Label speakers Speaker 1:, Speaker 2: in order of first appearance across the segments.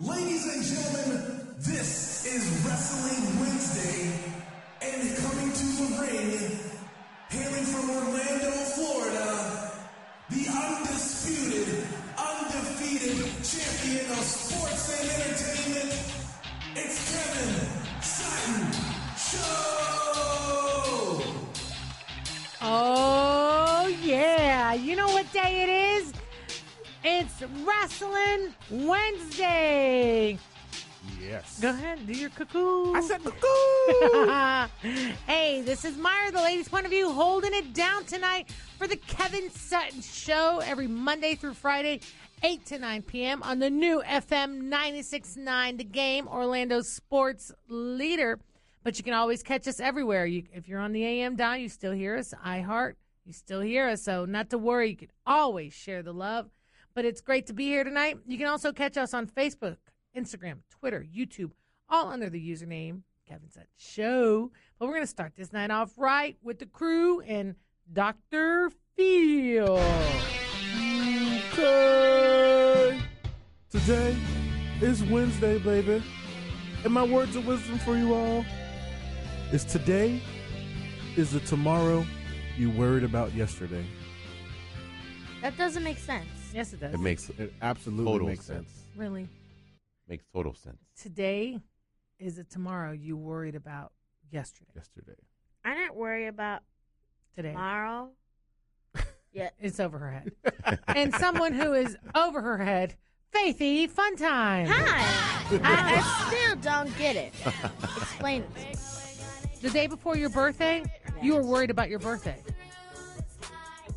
Speaker 1: Ladies and gentlemen, this is Wrestling Wednesday, and coming to the ring, hailing from Orlando, Florida, the undisputed, undefeated champion of sports and entertainment, it's Kevin Sutton Show!
Speaker 2: Oh, yeah. You know what day it is? It's Wrestling Wednesday.
Speaker 3: Yes.
Speaker 2: Go ahead, do your cuckoo.
Speaker 3: I said cuckoo.
Speaker 2: hey, this is Myra, the ladies' point of view, holding it down tonight for the Kevin Sutton Show every Monday through Friday, 8 to 9 p.m. on the new FM 96.9 The Game, Orlando sports leader. But you can always catch us everywhere. You, if you're on the AM dial, you still hear us. iHeart, you still hear us. So not to worry, you can always share the love. But it's great to be here tonight. You can also catch us on Facebook, Instagram, Twitter, YouTube, all under the username Kevin Sutton Show. But we're going to start this night off right with the crew and Dr. Phil.
Speaker 3: Okay. Today is Wednesday, baby. And my words of wisdom for you all is today is the tomorrow you worried about yesterday.
Speaker 4: That doesn't make sense.
Speaker 2: Yes, it does.
Speaker 5: It makes
Speaker 3: It absolutely
Speaker 5: Total
Speaker 3: makes sense.
Speaker 5: sense.
Speaker 2: really.
Speaker 5: makes total sense.
Speaker 2: Today is a tomorrow you worried about yesterday.
Speaker 3: Yesterday.
Speaker 4: I didn't worry about
Speaker 2: Today.
Speaker 4: tomorrow. yeah.
Speaker 2: It's over her head. and someone who is over her head, Faithy Fun Time.
Speaker 4: Hi. I, I still don't get it. Explain it. to me.
Speaker 2: The day before your birthday, you were worried about your birthday.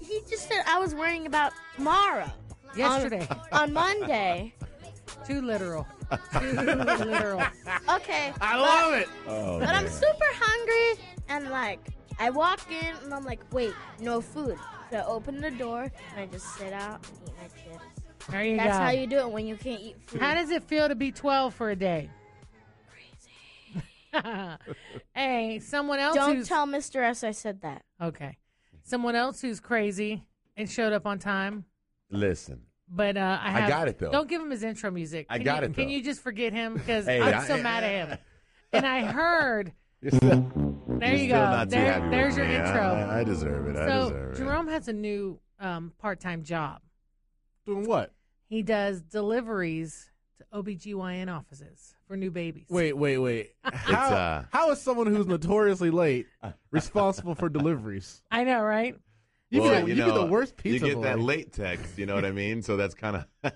Speaker 4: He just said I was worrying about tomorrow. On-
Speaker 2: Yesterday.
Speaker 4: On, Monday.
Speaker 2: Too literal. Too literal.
Speaker 4: Okay.
Speaker 5: I love it.
Speaker 4: But I'm super hungry and like I walk in and I'm like, wait, no food. So I open the door and I just sit out and eat my chips.
Speaker 2: There you
Speaker 4: That's
Speaker 2: go.
Speaker 4: how you do it when you can't eat food.
Speaker 2: How does it feel to be 12 for a day? hey, someone else
Speaker 4: Don't
Speaker 2: who's
Speaker 4: tell Mr. S I said that.
Speaker 2: okay, someone else who's crazy and showed up on time.
Speaker 5: Listen,
Speaker 2: But uh, I,
Speaker 5: I
Speaker 2: have,
Speaker 5: got it, though.
Speaker 2: Don't give him his intro music.
Speaker 5: I
Speaker 2: Can
Speaker 5: got
Speaker 2: you,
Speaker 5: it,
Speaker 2: Can
Speaker 5: though.
Speaker 2: you just forget him? Because
Speaker 5: Hey,
Speaker 2: I'm
Speaker 5: I-
Speaker 2: so mad at him. And I heard.
Speaker 5: you're still,
Speaker 2: There you go.
Speaker 5: still not too
Speaker 2: There-
Speaker 5: happy with
Speaker 2: there's your
Speaker 5: me. I-
Speaker 2: intro.
Speaker 5: I, I deserve it. I
Speaker 2: so
Speaker 5: deserve
Speaker 2: Jerome has a new um, part-time job.
Speaker 3: Doing what?
Speaker 2: He does deliveries to OBGYN offices for new babies.
Speaker 3: Wait, wait, wait. How,
Speaker 5: uh,
Speaker 3: how is someone who's notoriously late responsible for deliveries?
Speaker 2: I know, right?
Speaker 5: it.
Speaker 3: You,
Speaker 5: Well,
Speaker 3: be, the, you be the
Speaker 5: know,
Speaker 3: worst pizza
Speaker 5: You get that
Speaker 3: boy.
Speaker 5: late text. You know what I mean? So that's kind of.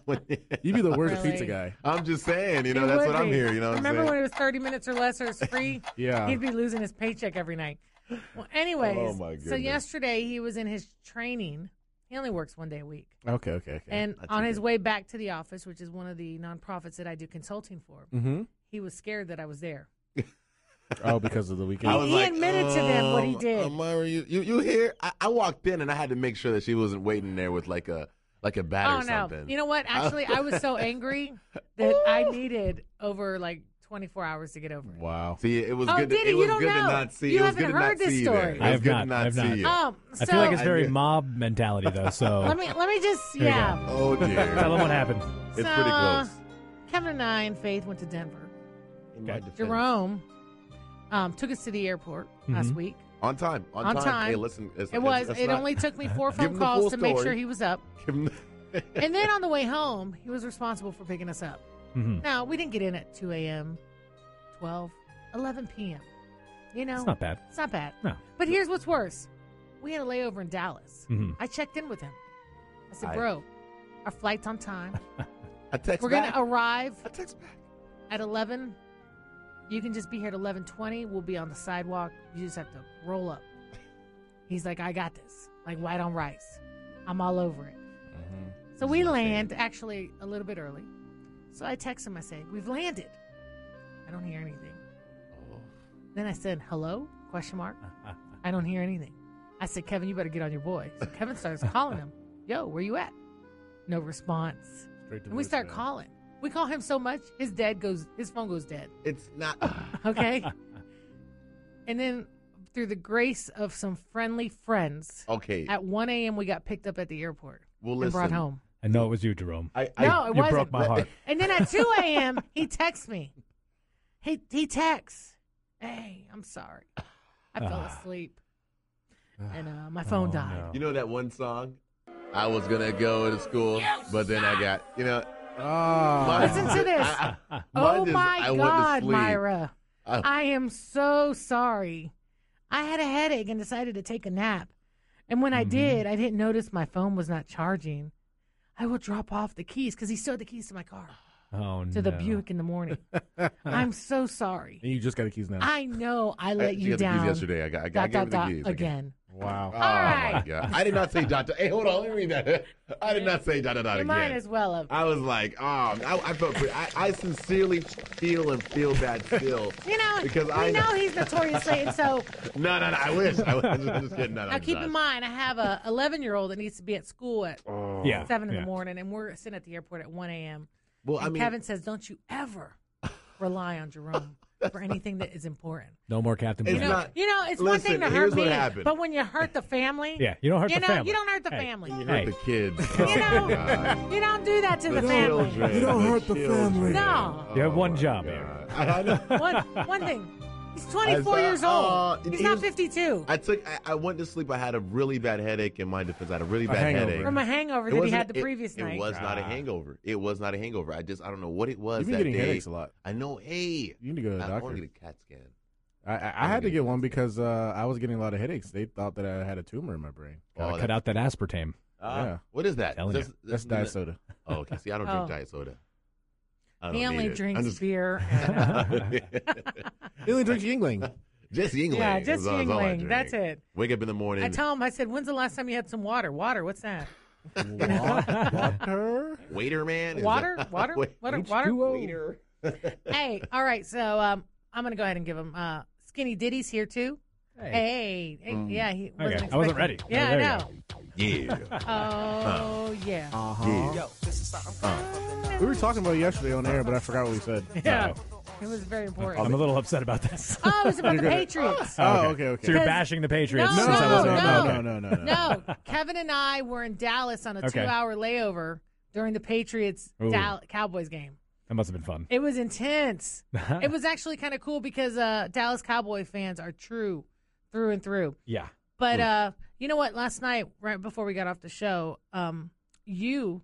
Speaker 3: You be the worst
Speaker 2: Really?
Speaker 3: pizza guy.
Speaker 5: I'm just saying. You
Speaker 2: It
Speaker 5: know, that's
Speaker 2: would
Speaker 5: what I'm
Speaker 2: be.
Speaker 5: here. You know what I'm
Speaker 2: Remember
Speaker 5: saying?
Speaker 2: when it was 30 minutes or less or it's free?
Speaker 3: Yeah.
Speaker 2: He'd be losing his paycheck every night. Well, anyways,
Speaker 5: Oh, my
Speaker 2: so
Speaker 5: goodness.
Speaker 2: yesterday he was in his training. He only works one day a week.
Speaker 3: Okay, okay, okay.
Speaker 2: and
Speaker 5: not too
Speaker 2: on his
Speaker 5: good.
Speaker 2: way back to the office, which is one of the nonprofits that I do consulting for,
Speaker 3: mm-hmm.
Speaker 2: he was scared that I was there.
Speaker 3: Oh, because of the weekend.
Speaker 2: was- he admitted to them what he
Speaker 5: um,
Speaker 2: did.
Speaker 5: Amara, you, you, you hear? I, I walked in and I had to make sure that she wasn't waiting there with like a like a bat
Speaker 2: oh,
Speaker 5: or
Speaker 2: no.
Speaker 5: something.
Speaker 2: You know what? Actually, I was so angry that I needed over like 24 hours to get over it.
Speaker 3: wow.
Speaker 5: See, it was
Speaker 2: Oh,
Speaker 5: good. To,
Speaker 2: Diddy,
Speaker 5: it
Speaker 2: you
Speaker 5: was
Speaker 2: don't
Speaker 5: good to
Speaker 2: know.
Speaker 5: not see.
Speaker 2: You
Speaker 5: it was
Speaker 2: haven't
Speaker 5: good to
Speaker 2: heard
Speaker 5: not
Speaker 2: this
Speaker 5: see you
Speaker 2: story.
Speaker 5: there. It was
Speaker 6: I have
Speaker 5: good
Speaker 6: not,
Speaker 5: to not
Speaker 6: I have
Speaker 5: see
Speaker 6: not.
Speaker 5: you.
Speaker 2: Um, so
Speaker 6: I feel like it's
Speaker 5: I
Speaker 6: very
Speaker 5: do.
Speaker 6: mob mentality though.
Speaker 2: let
Speaker 6: So
Speaker 2: me let me just
Speaker 6: Here we go.
Speaker 2: yeah.
Speaker 5: oh dear.
Speaker 6: tell them what happened.
Speaker 5: It's
Speaker 2: So,
Speaker 5: pretty
Speaker 2: uh,
Speaker 5: close.
Speaker 2: Kevin and I and Faith went to Denver.
Speaker 5: In my
Speaker 6: Okay.
Speaker 5: defense.
Speaker 2: Jerome um, took us to the airport last
Speaker 6: Mhm.
Speaker 2: week.
Speaker 5: On time. On,
Speaker 2: On time.
Speaker 5: Hey, listen. It's,
Speaker 2: It was.
Speaker 5: it's
Speaker 2: It
Speaker 5: Mm-hmm. not-
Speaker 2: only took me four
Speaker 5: Give him
Speaker 2: phone
Speaker 5: the
Speaker 2: calls
Speaker 5: full
Speaker 2: to make sure
Speaker 5: story.
Speaker 2: he was up.
Speaker 5: Give him-
Speaker 2: And then on the way home, he was responsible for picking us up.
Speaker 5: Mm-hmm.
Speaker 6: hmm
Speaker 2: Now, we didn't get in at 2 a.m., 12, 11 p.m. You know,
Speaker 6: It's not bad.
Speaker 2: It's not bad.
Speaker 6: No.
Speaker 2: But here's what's worse we had a layover in Dallas.
Speaker 6: Mhm.
Speaker 2: I checked in with him. I said,
Speaker 5: Mm-hmm. I-
Speaker 2: bro, our flight's on time.
Speaker 5: I text
Speaker 2: We're going
Speaker 5: back.
Speaker 2: to arrive
Speaker 5: I text back.
Speaker 2: at 11 you can just be here at 11.20 we'll be on the sidewalk you just have to roll up he's like i got this like white on rice i'm all over it so we land actually a little bit early so i text him i say we've landed i don't hear anything then i said hello question mark i don't hear anything i said kevin you better get on your boy so kevin starts calling him yo where you at no response
Speaker 3: Straight to
Speaker 2: and we start
Speaker 3: voicemail.
Speaker 2: calling we call him so much his dad goes his phone goes dead
Speaker 5: It's not.
Speaker 2: okay? and then through the grace of some friendly friends,
Speaker 5: Okay.
Speaker 6: Oh.
Speaker 2: at 1 a.m. we got picked up at the airport
Speaker 5: Well,
Speaker 2: and
Speaker 5: listen.
Speaker 2: brought home.
Speaker 6: I know it was you, Jerome.
Speaker 5: I, I
Speaker 2: No, it
Speaker 6: you
Speaker 2: wasn't.
Speaker 6: broke my heart.
Speaker 2: And then at 2 a.m., he texts me. He he texts, "Hey, I'm sorry, I fell
Speaker 6: Ah.
Speaker 2: asleep, and uh, my phone
Speaker 6: Oh,
Speaker 2: died."
Speaker 6: no.
Speaker 5: You know that one song? I was gonna go to school, but then I got you know.
Speaker 7: Ah,
Speaker 5: mine
Speaker 2: Listen
Speaker 5: is-
Speaker 2: to this.
Speaker 5: I- I-
Speaker 2: Oh
Speaker 5: mine is,
Speaker 2: my
Speaker 5: I went to
Speaker 2: God,
Speaker 5: sleep.
Speaker 2: Myra.
Speaker 5: Oh.
Speaker 2: I am so sorry. I had a headache and decided to take a nap. And when I
Speaker 5: Mm-hmm.
Speaker 2: did, I didn't notice my phone was not charging. I will drop off the keys because he stole the keys to my car
Speaker 6: Oh no.
Speaker 2: to the Buick in the morning. I'm so sorry.
Speaker 7: and you just got the keys now.
Speaker 2: I know I
Speaker 5: I,
Speaker 2: let
Speaker 5: she
Speaker 2: you
Speaker 5: got the keys
Speaker 2: down.
Speaker 5: yesterday. I got, I got I
Speaker 2: dot,
Speaker 5: gave
Speaker 2: dot,
Speaker 5: her the
Speaker 2: dot,
Speaker 5: keys
Speaker 2: again.
Speaker 5: I gave-
Speaker 7: wow.
Speaker 5: Oh my
Speaker 2: right.
Speaker 5: god! I did not say dot. dot. Hey, hold on. Let me read that. I did not say dot dot dot
Speaker 2: You
Speaker 5: again.
Speaker 2: might as well have.
Speaker 5: I was like, oh, I, I felt pretty. I, I sincerely feel and feel bad still.
Speaker 2: You know,
Speaker 5: because
Speaker 2: we
Speaker 5: I
Speaker 2: know he's notoriously, and so
Speaker 5: No, no, no. I wish. I was just kidding. No, no,
Speaker 2: now
Speaker 5: I'm
Speaker 2: keep
Speaker 5: not.
Speaker 2: in mind, I have a 11 year old that needs to be at school at
Speaker 6: yeah.
Speaker 2: seven in
Speaker 6: yeah.
Speaker 2: the morning, and we're sitting at the airport at one a.m.
Speaker 5: Well,
Speaker 2: And
Speaker 5: I mean,
Speaker 2: Kevin says, "Don't you ever rely on Jerome for anything that is important."
Speaker 6: No more Captain
Speaker 5: It's
Speaker 2: You know,
Speaker 6: Planet.
Speaker 5: not-
Speaker 2: you know, it's
Speaker 5: Listen,
Speaker 2: one thing to
Speaker 5: here's
Speaker 2: hurt
Speaker 5: what
Speaker 2: me,
Speaker 5: happened.
Speaker 2: but when you hurt the family,
Speaker 6: yeah, you don't hurt
Speaker 2: you
Speaker 6: the
Speaker 2: know,
Speaker 6: family.
Speaker 2: you don't hurt the
Speaker 6: Hey.
Speaker 2: family.
Speaker 5: you
Speaker 2: You,
Speaker 5: hurt
Speaker 6: Hey.
Speaker 5: the kids. oh,
Speaker 2: know, you don't do that to the,
Speaker 5: The
Speaker 2: family.
Speaker 5: children.
Speaker 7: You don't
Speaker 5: The
Speaker 7: hurt the
Speaker 5: children.
Speaker 7: family.
Speaker 2: No.
Speaker 6: You have
Speaker 5: one
Speaker 6: one job, Aaron.
Speaker 5: I, I,
Speaker 2: One, one thing, he's 24
Speaker 5: I saw-
Speaker 2: years old.
Speaker 5: oh,
Speaker 2: he's
Speaker 5: he
Speaker 2: not
Speaker 5: was-
Speaker 2: 52
Speaker 5: I took. I, I went to sleep. I had a really bad headache. In my defense, I had a really
Speaker 7: A
Speaker 5: bad
Speaker 7: hangover.
Speaker 5: headache.
Speaker 2: from a hangover that he
Speaker 5: wasn't-
Speaker 2: had the previous
Speaker 5: it
Speaker 2: night.
Speaker 5: was not a
Speaker 6: Ah.
Speaker 5: hangover. It was not a hangover. I just I don't know what it was
Speaker 7: You've been
Speaker 5: that
Speaker 7: getting
Speaker 5: day.
Speaker 7: headaches a lot.
Speaker 5: I know. Hey,
Speaker 7: You need to go to the
Speaker 5: I
Speaker 7: doctor.
Speaker 5: want to get a CAT scan.
Speaker 7: I, I, I had to get one because uh, I was getting a lot of headaches. They thought that I had a tumor in my brain.
Speaker 6: Gotta
Speaker 5: Oh,
Speaker 6: cut
Speaker 5: that-
Speaker 6: out that aspartame.
Speaker 5: Ah,
Speaker 7: Yeah.
Speaker 5: What is that?
Speaker 6: Telling
Speaker 5: Just-
Speaker 7: That's
Speaker 5: just-
Speaker 7: diet soda.
Speaker 5: Oh, okay. See, I don't
Speaker 2: Oh.
Speaker 5: drink diet soda. I don't
Speaker 2: he only
Speaker 5: need it.
Speaker 2: drinks
Speaker 5: I'm just-
Speaker 2: beer. And,
Speaker 7: You only drink Yingling.
Speaker 5: just Yingling.
Speaker 2: yeah,
Speaker 5: is
Speaker 2: just
Speaker 5: all- is all I
Speaker 2: Yingling.
Speaker 5: drink.
Speaker 2: That's it.
Speaker 5: Wake up in the morning.
Speaker 2: I tell him, I said, when's the last time you had some water? Water, what's that?
Speaker 7: Water.
Speaker 5: waiter man. is
Speaker 2: Water?
Speaker 5: that-
Speaker 2: Water?
Speaker 5: Wait,
Speaker 2: Water?
Speaker 6: H2O.
Speaker 2: Water? Hey, all right. So um, I'm going to go ahead and give him uh, Skinny Diddy's here too. Hey, hey,
Speaker 5: Mm.
Speaker 2: yeah. He wasn't
Speaker 6: Okay, I wasn't
Speaker 2: expecting-
Speaker 6: ready.
Speaker 2: Yeah,
Speaker 6: There
Speaker 2: I
Speaker 6: you
Speaker 2: know.
Speaker 5: Yeah.
Speaker 2: Oh, yeah.
Speaker 5: yeah.
Speaker 7: Uh. We were talking about it yesterday on air, but I forgot what we said.
Speaker 2: yeah. It was very important.
Speaker 6: I'm a little upset about this.
Speaker 2: Oh, it was about the Patriots.
Speaker 7: Oh, okay,
Speaker 6: So
Speaker 7: okay.
Speaker 6: you're bashing the Patriots
Speaker 2: No,
Speaker 6: since I
Speaker 2: no,
Speaker 6: wasn't
Speaker 7: no,
Speaker 6: on-
Speaker 2: no.
Speaker 7: no,
Speaker 6: okay.
Speaker 7: no, no, no,
Speaker 2: No, Kevin and I were in Dallas on a
Speaker 6: Okay.
Speaker 2: two-hour layover during the Patriots
Speaker 6: Ooh.
Speaker 2: Dal- Cowboys game.
Speaker 6: That must have been fun.
Speaker 2: It was intense. it was actually kind of cool because uh, Dallas Cowboy fans are true through and through.
Speaker 6: Yeah.
Speaker 2: But
Speaker 7: Hmm.
Speaker 2: uh, you know what? Last night, right before we got off the show, um, you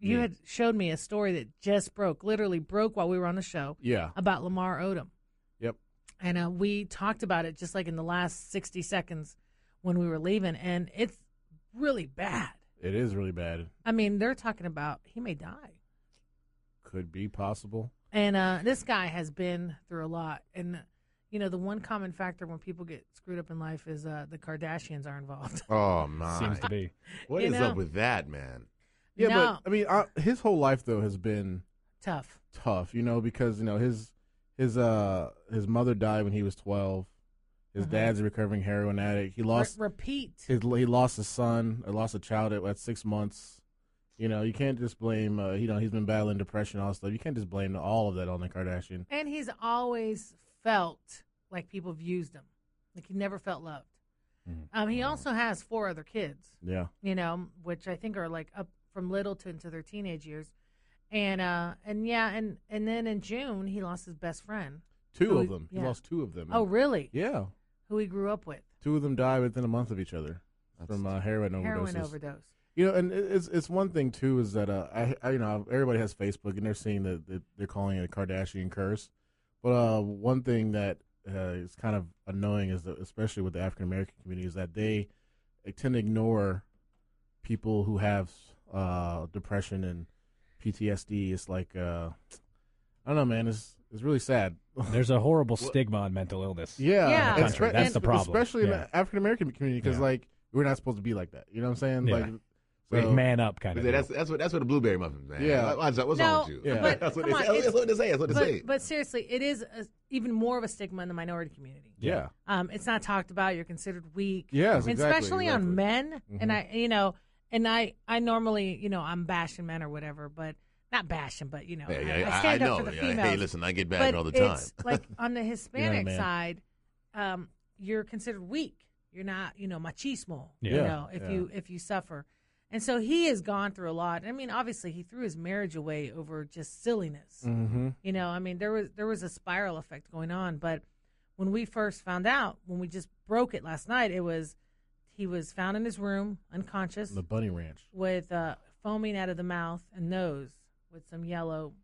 Speaker 2: you
Speaker 7: Hmm.
Speaker 5: Yeah.
Speaker 2: had showed me a story that just broke, literally broke while we were on the show
Speaker 7: Yeah.
Speaker 2: about Lamar Odom,
Speaker 7: Yep.
Speaker 2: and uh, we talked about it just like in the last sixty seconds when we were leaving, and it's really bad.
Speaker 7: It is really bad.
Speaker 2: I mean, they're talking about he may die.
Speaker 7: Could be possible.
Speaker 2: And uh, this guy has been through a lot. And, you know, the one common factor when people get screwed up in life is uh, the Kardashians are involved.
Speaker 5: Oh my.
Speaker 6: Seems to be.
Speaker 5: What
Speaker 2: You
Speaker 5: is
Speaker 2: know.
Speaker 5: up with that, man?
Speaker 7: Yeah,
Speaker 2: No.
Speaker 7: but I mean, uh his whole life though has been
Speaker 2: Tough.
Speaker 7: tough, you know, because you know his his uh his mother died when he was twelve. His
Speaker 2: Uh-huh.
Speaker 7: dad's a recovering heroin addict. He
Speaker 2: Re-
Speaker 7: lost
Speaker 2: repeat.
Speaker 7: his, he lost a son or lost a child at, at six months. You know, you can't just blame. Uh, you know, he's been battling depression, all that stuff. You can't just blame all of that on the Kardashian.
Speaker 2: And he's always felt like people have used him, like he never felt loved.
Speaker 7: Mm-hmm.
Speaker 2: Um, he also has four other kids,
Speaker 7: Yeah,
Speaker 2: you know, which I think are like up from little to into their teenage years. And uh and yeah and and then in June he lost his best friend.
Speaker 7: two
Speaker 2: So
Speaker 7: of
Speaker 2: he-
Speaker 7: them.
Speaker 2: Oh, yeah.
Speaker 7: He lost two of them.
Speaker 2: Oh really?
Speaker 7: Mm-hmm. yeah,
Speaker 2: Who he grew up with?
Speaker 7: two of them died within a month of each other from uh, heroin overdoses.
Speaker 2: Heroin overdose.
Speaker 7: You know, and it- it's it's one thing too is that uh, I, I you know everybody has Facebook and they're seeing that that they're calling it a Kardashian curse, but uh, one thing that uh, is kind of annoying is that especially with the African American community is that they tend to ignore people who have uh, depression and PTSD. It's like uh, I don't know, man. It's it's really sad.
Speaker 6: There's a horrible stigma on mental illness.
Speaker 7: Yeah,
Speaker 2: Yeah.
Speaker 7: and
Speaker 6: Country,
Speaker 7: spe-
Speaker 6: that's
Speaker 7: and
Speaker 6: the problem.
Speaker 7: especially in
Speaker 6: Yeah.
Speaker 7: the African American community because
Speaker 6: Yeah.
Speaker 7: like we're not supposed to be like that. You know what I'm saying?
Speaker 6: Yeah.
Speaker 7: Like,
Speaker 6: Like,
Speaker 7: so-
Speaker 6: man up kind of.
Speaker 5: That's
Speaker 6: deal.
Speaker 5: that's what that's what the blueberry muffin, man.
Speaker 7: Yeah.
Speaker 5: What's, what's
Speaker 2: No,
Speaker 5: wrong with you?
Speaker 7: Yeah.
Speaker 2: but
Speaker 5: that's, what
Speaker 2: come
Speaker 5: they
Speaker 2: on,
Speaker 5: say.
Speaker 2: it's-
Speaker 5: that's what they say. That's what they say.
Speaker 2: But, but seriously, it is a, even more of a stigma in the minority community.
Speaker 7: yeah.
Speaker 2: Um, it's not talked about. You're considered weak.
Speaker 7: Yes,
Speaker 2: And
Speaker 7: exactly,
Speaker 2: especially on
Speaker 7: exactly.
Speaker 2: men. And
Speaker 5: Mm-hmm.
Speaker 2: I, you know, and I, I normally, you know, I'm bashing men or whatever, but not bashing, but you know,
Speaker 5: Yeah,
Speaker 2: I,
Speaker 5: yeah,
Speaker 2: I stand
Speaker 5: I
Speaker 2: up
Speaker 5: know.
Speaker 2: for the
Speaker 5: Yeah,
Speaker 2: females.
Speaker 5: hey, listen, I get bad
Speaker 2: but
Speaker 5: all the time.
Speaker 2: it's like on the Hispanic
Speaker 7: man.
Speaker 2: side, um, you're considered weak. You're not, you know, machismo. You
Speaker 6: Yeah.
Speaker 2: know, if
Speaker 7: Yeah.
Speaker 2: you if you suffer, And so he has gone through a lot. I mean, obviously, he threw his marriage away over just silliness.
Speaker 7: Mm-hmm.
Speaker 2: You know, I mean, there was there was a spiral effect going on. But when we first found out, when we just broke it last night, it was he was found in his room unconscious
Speaker 7: The bunny ranch.
Speaker 2: with uh, foaming out of the mouth and nose with some yellow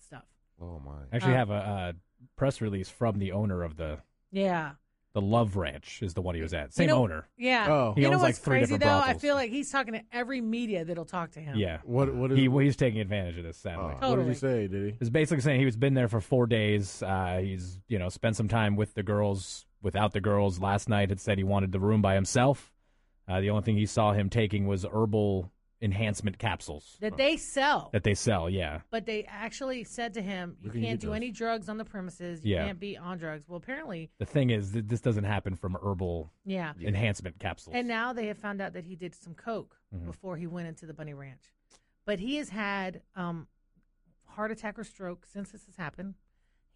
Speaker 2: stuff.
Speaker 5: Oh my.
Speaker 6: I actually
Speaker 2: Uh,
Speaker 6: have a uh, press release from the owner of the
Speaker 2: Yeah.
Speaker 6: the Love Ranch is the one he was at. Same
Speaker 2: know-
Speaker 6: owner.
Speaker 2: Yeah.
Speaker 7: Oh.
Speaker 6: He
Speaker 2: you know
Speaker 6: owns, like,
Speaker 2: what's
Speaker 6: three
Speaker 2: crazy
Speaker 6: different
Speaker 2: though? I
Speaker 6: brothels.
Speaker 2: feel like he's talking to every media that'll talk to him.
Speaker 6: Yeah.
Speaker 7: What? What is?
Speaker 6: He he's taking advantage of this. Sadly.
Speaker 5: Oh.
Speaker 7: what did
Speaker 2: Totally.
Speaker 7: he say? Did he?
Speaker 6: It's basically saying he's been there for four days. Uh, he's you know spent some time with the girls, without the girls. Last night had said he wanted the room by himself. Uh, the only thing he saw him taking was herbal enhancement capsules
Speaker 2: That they sell.
Speaker 6: that they sell. Yeah,
Speaker 2: But they actually said to him, you
Speaker 7: Where can you
Speaker 2: can't
Speaker 7: get
Speaker 2: do
Speaker 7: those?
Speaker 2: any drugs on the premises. You
Speaker 6: Yeah.
Speaker 2: can't be on drugs. Well, apparently,
Speaker 6: the thing is that this doesn't happen from herbal
Speaker 2: yeah.
Speaker 6: enhancement capsules.
Speaker 2: And uh, now they have found out that he did some coke
Speaker 7: Mm-hmm.
Speaker 2: before he went into the Bunny Ranch. But he has had um, heart attack or stroke since this has happened.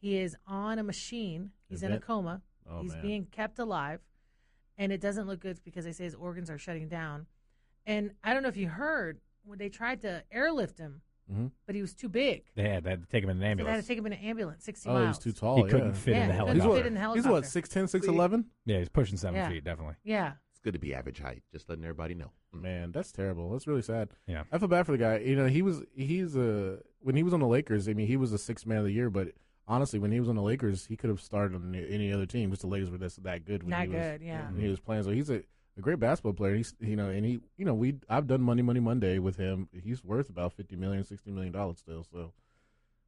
Speaker 2: He is on a machine. He's
Speaker 7: Is
Speaker 2: in a
Speaker 7: it?
Speaker 2: coma.
Speaker 7: Oh,
Speaker 2: He's
Speaker 7: man.
Speaker 2: being kept alive, and it doesn't look good because they say his organs are shutting down. And I don't know if you heard when they tried to airlift him,
Speaker 7: Mhm.
Speaker 2: but he was too big.
Speaker 6: they had, they had to take him in an
Speaker 2: So they had
Speaker 6: ambulance.
Speaker 2: to take him in an ambulance, sixty
Speaker 7: Oh,
Speaker 2: miles.
Speaker 7: he's too tall.
Speaker 6: he couldn't
Speaker 7: yeah.
Speaker 6: fit
Speaker 2: Yeah,
Speaker 6: in the
Speaker 2: he
Speaker 6: helicopter.
Speaker 2: couldn't
Speaker 7: He's what?
Speaker 2: fit in the
Speaker 7: he's what?
Speaker 2: helicopter.
Speaker 7: Six ten, six eleven.
Speaker 6: yeah, he's pushing seven
Speaker 2: Yeah.
Speaker 6: feet definitely.
Speaker 2: Yeah.
Speaker 5: It's good to be average height. Just letting everybody know.
Speaker 7: Man, that's terrible. That's really sad.
Speaker 6: Yeah.
Speaker 7: I feel bad for the guy. You know, he was he's a when he was on the Lakers. I mean, he was the sixth man of the year. But honestly, when he was on the Lakers, he could have started on any other team. Just the Lakers were just that good. When
Speaker 2: Not
Speaker 7: he was,
Speaker 2: good, yeah.
Speaker 7: when he was playing. So he's a, a great basketball player. He's you know, and he you know we I've done Money Money Monday with him. He's worth about fifty million, sixty million dollars still. So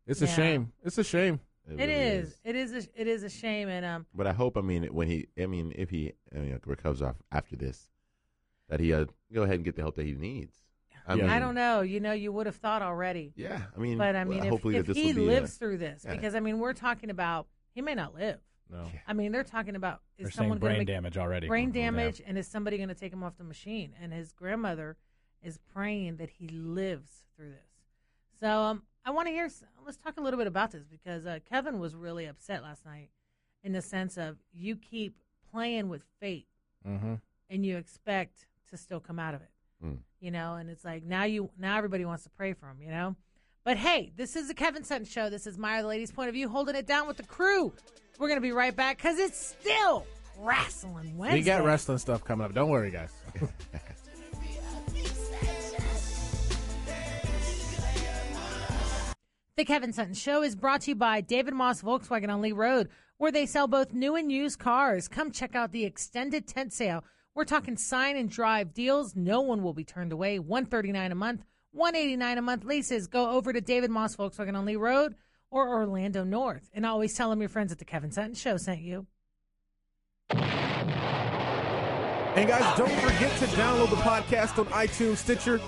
Speaker 7: it's a
Speaker 2: Yeah.
Speaker 7: shame. It's a shame.
Speaker 2: It
Speaker 5: really
Speaker 2: is. It is. A, it is a shame, and um,
Speaker 5: But I hope. I mean, when he. I mean, if he. I mean, recovers off after this, that he uh, go ahead and get the help that he needs. I,
Speaker 7: Yeah.
Speaker 5: mean,
Speaker 2: I don't know. You know, you would have thought already,
Speaker 5: Yeah, I mean,
Speaker 2: but I mean,
Speaker 5: well,
Speaker 2: if,
Speaker 5: hopefully
Speaker 2: if
Speaker 5: that this
Speaker 2: he
Speaker 5: will be
Speaker 2: lives
Speaker 5: a,
Speaker 2: through this,
Speaker 5: yeah.
Speaker 2: because I mean, we're talking about he may not live.
Speaker 7: No.
Speaker 5: Yeah.
Speaker 2: I mean, they're talking about is
Speaker 6: They're saying
Speaker 2: someone going
Speaker 6: brain
Speaker 2: to
Speaker 6: damage already.
Speaker 2: brain
Speaker 6: Yeah.
Speaker 2: damage, and is somebody going to take him off the machine? And his grandmother is praying that he lives through this. So um, I want to hear. s- Let's talk a little bit about this because uh, Kevin was really upset last night, in the sense of you keep playing with fate
Speaker 7: Mm-hmm.
Speaker 2: and you expect to still come out of it.
Speaker 5: Mm.
Speaker 2: You know, and it's like now you now everybody wants to pray for him, you know? But hey, this is the Kevin Sutton show. This is Meyer the Lady's Point of View, holding it down with the crew. We're gonna be right back because it's still wrestling Wednesday.
Speaker 7: We got wrestling stuff coming up. Don't worry, guys.
Speaker 2: The Kevin Sutton Show is brought to you by David Moss Volkswagen on Lee Road, where they sell both new and used cars. Come check out the extended tent sale. We're talking sign and drive deals. No one will be turned away. One thirty nine a month, one eighty nine a month leases. Go over to David Moss Volkswagen on Lee Road or Orlando North, and always tell them your friends at the Kevin Sutton Show sent you.
Speaker 7: And guys, don't forget to download the podcast on iTunes, Stitcher,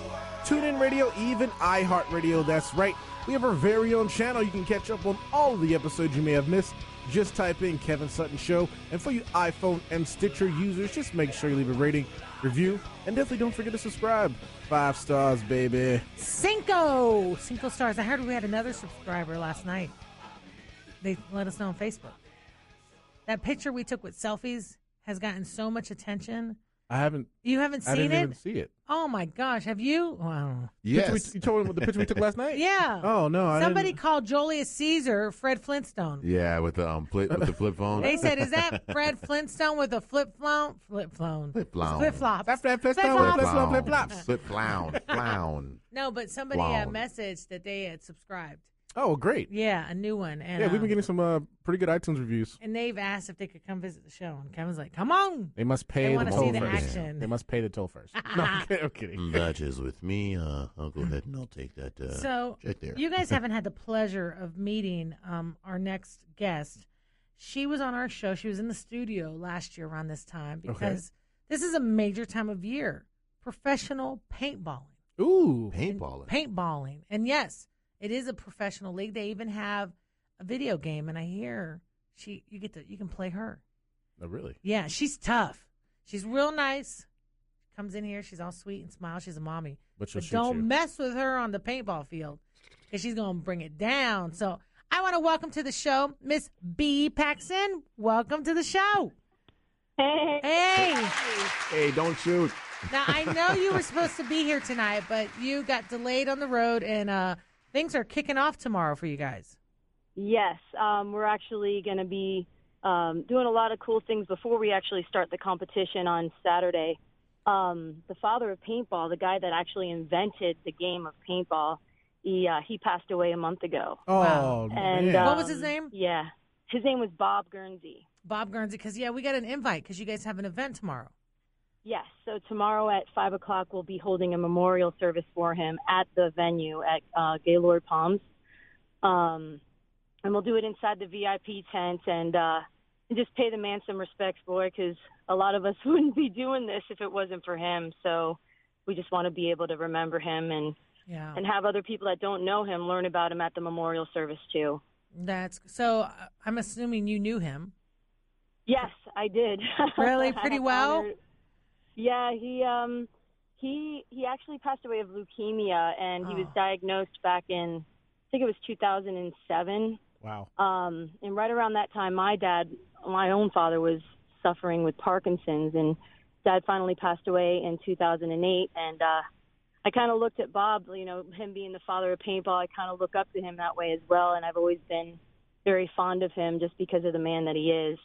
Speaker 7: TuneIn Radio, even iHeartRadio. That's right. We have our very own channel. You can catch up on all of the episodes you may have missed. Just type in Kevin Sutton Show. And for you iPhone and Stitcher users, just make sure you leave a rating, review, and definitely don't forget to subscribe. Five stars, baby.
Speaker 2: Cinco, Cinco stars. I heard we had another subscriber last night. They let us know on Facebook. That picture we took with selfies has gotten so much attention.
Speaker 7: I haven't.
Speaker 2: You haven't
Speaker 7: I
Speaker 2: seen
Speaker 7: didn't
Speaker 2: it?
Speaker 7: even see it.
Speaker 2: Oh my gosh, have you? Wow.
Speaker 7: Picture
Speaker 5: Yes.
Speaker 7: We, you told me the picture we took last night.
Speaker 2: Yeah.
Speaker 7: Oh no. I
Speaker 2: Somebody
Speaker 7: Didn't.
Speaker 2: called Julius Caesar Fred Flintstone.
Speaker 5: yeah, with the um, flip, with the flip phone.
Speaker 2: They said, "Is that Fred Flintstone with a flip flop, flip flop,
Speaker 5: Flip flown.
Speaker 2: flip flop?"
Speaker 7: That's that flip
Speaker 2: Flip-flop.
Speaker 7: flop, flip flop, flip flop.
Speaker 5: flown, flip flown, flown.
Speaker 2: No, but somebody
Speaker 5: Wow.
Speaker 2: had messaged that they had subscribed.
Speaker 7: Oh, great.
Speaker 2: Yeah, a new one. And,
Speaker 7: Yeah, we've
Speaker 2: um,
Speaker 7: been getting some uh, pretty good iTunes reviews.
Speaker 2: And they've asked if they could come visit the show, and Kevin's like, "Come on."
Speaker 7: They must pay
Speaker 2: wanna
Speaker 7: the
Speaker 2: see
Speaker 7: toll
Speaker 2: the
Speaker 7: first.
Speaker 2: action.
Speaker 7: They must pay the toll first. no, I'm kidding. I'm kidding.
Speaker 3: Mm.
Speaker 5: That is with me. Uh, I'll go ahead and I'll take that. Uh,
Speaker 2: Mm-hmm. so
Speaker 5: check there.
Speaker 2: you guys haven't had the pleasure of meeting um, our next guest. She was on our show. She was in the studio last year around this time
Speaker 7: Okay.
Speaker 2: because this is a major time of year. Professional paintballing.
Speaker 7: Ooh,
Speaker 5: paintballing.
Speaker 2: Paintballing. And yes, it is a professional league. They even have a video game and I hear she you get to you can play her.
Speaker 3: Oh,
Speaker 7: no, really?
Speaker 2: Yeah, she's tough. She's real nice. Comes in here, she's all sweet and smiles. She's a mommy.
Speaker 7: But she'll shoot
Speaker 2: don't
Speaker 7: you.
Speaker 2: mess with her on the paintball field because she's going to bring it down. So I want to welcome to the show Miss B. Paxson. Welcome to the show. Hey.
Speaker 5: hey, don't shoot.
Speaker 2: Now I know you were supposed to be here tonight, but you got delayed on the road, and uh, things are kicking off tomorrow for you guys.
Speaker 8: Yes, um, we're actually going to be um, doing a lot of cool things before we actually start the competition on Saturday. Um, the father of paintball, the guy that actually invented the game of paintball, he uh, he passed away a month ago.
Speaker 3: Oh,
Speaker 2: Wow. uh,
Speaker 8: And
Speaker 3: man.
Speaker 2: What was his
Speaker 8: um,
Speaker 2: name?
Speaker 8: Yeah, his name was Bob Guernsey.
Speaker 2: Bob Guernsey, because yeah, we got an invite because you guys have an event tomorrow.
Speaker 8: Yes. So tomorrow at five o'clock, we'll be holding a memorial service for him at the venue at uh, Gaylord Palms, um, and we'll do it inside the VIP tent and uh, and just pay the man some respects, boy, because a lot of us wouldn't be doing this if it wasn't for him. So we just want to be able to remember him and
Speaker 2: Yeah,
Speaker 8: and have other people that don't know him learn about him at the memorial service too.
Speaker 2: that's so. uh, I'm assuming you knew him.
Speaker 8: Yes, I did.
Speaker 2: Really?
Speaker 8: I had
Speaker 2: Pretty
Speaker 8: the
Speaker 2: well?
Speaker 8: honor- Yeah, he um he he actually passed away of leukemia and he was
Speaker 2: Oh.
Speaker 8: diagnosed back in I think it was 2007.
Speaker 3: Wow.
Speaker 8: Um and right around that time my dad, my own father was suffering with Parkinson's and dad finally passed away in 2008 and uh I kind of looked at Bob, you know, him being the father of paintball, I kind of look up to him that way as well and I've always been very fond of him just because of the man that he is.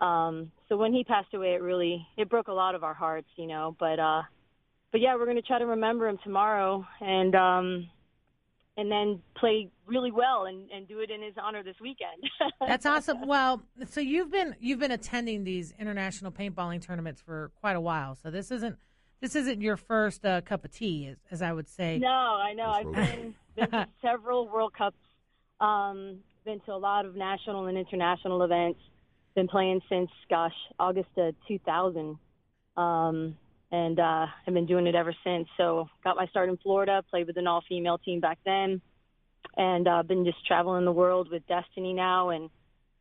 Speaker 8: Um, so when he passed away, it really it broke a lot of our hearts, you know. But uh, but yeah, we're gonna try to remember him tomorrow, and um, and then play really well and, and do it in his honor this weekend.
Speaker 2: That's awesome. Well, so you've been you've been attending these international paintballing tournaments for quite a while. So this isn't this isn't your first uh, cup of tea, as, as I would say.
Speaker 8: No, I know.
Speaker 5: That's
Speaker 8: I've
Speaker 5: what
Speaker 8: been, been to several World Cups, um, been to a lot of national and international events, been playing since, gosh, August of 2000. Um, and uh, I've been doing it ever since. So, got my start in Florida, played with an all female team back then, and uh, been just traveling the world with Destiny now. And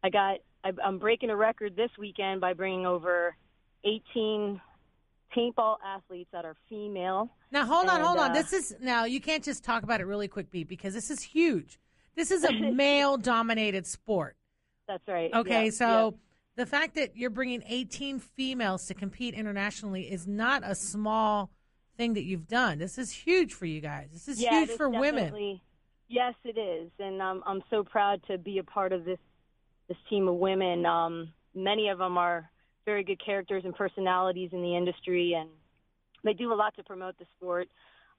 Speaker 8: I got, I, I'm breaking a record this weekend by bringing over 18 paintball athletes that are female.
Speaker 2: Now hold on,
Speaker 8: And,
Speaker 2: hold on.
Speaker 8: uh,
Speaker 2: This is now you can't just talk about it really quick, B, because this is huge. This is a male dominated sport.
Speaker 8: That's right.
Speaker 2: Okay,
Speaker 8: Yeah,
Speaker 2: so the fact that you're bringing 18 females to compete internationally is not a small thing that you've done. This is huge for you guys. This is
Speaker 8: yeah.
Speaker 2: huge
Speaker 8: this
Speaker 2: for women.
Speaker 8: definitely- Yes, it is, and um, I'm so proud to be a part of this this team of women. Um, many of them are very good characters and personalities in the industry, and they do a lot to promote the sport.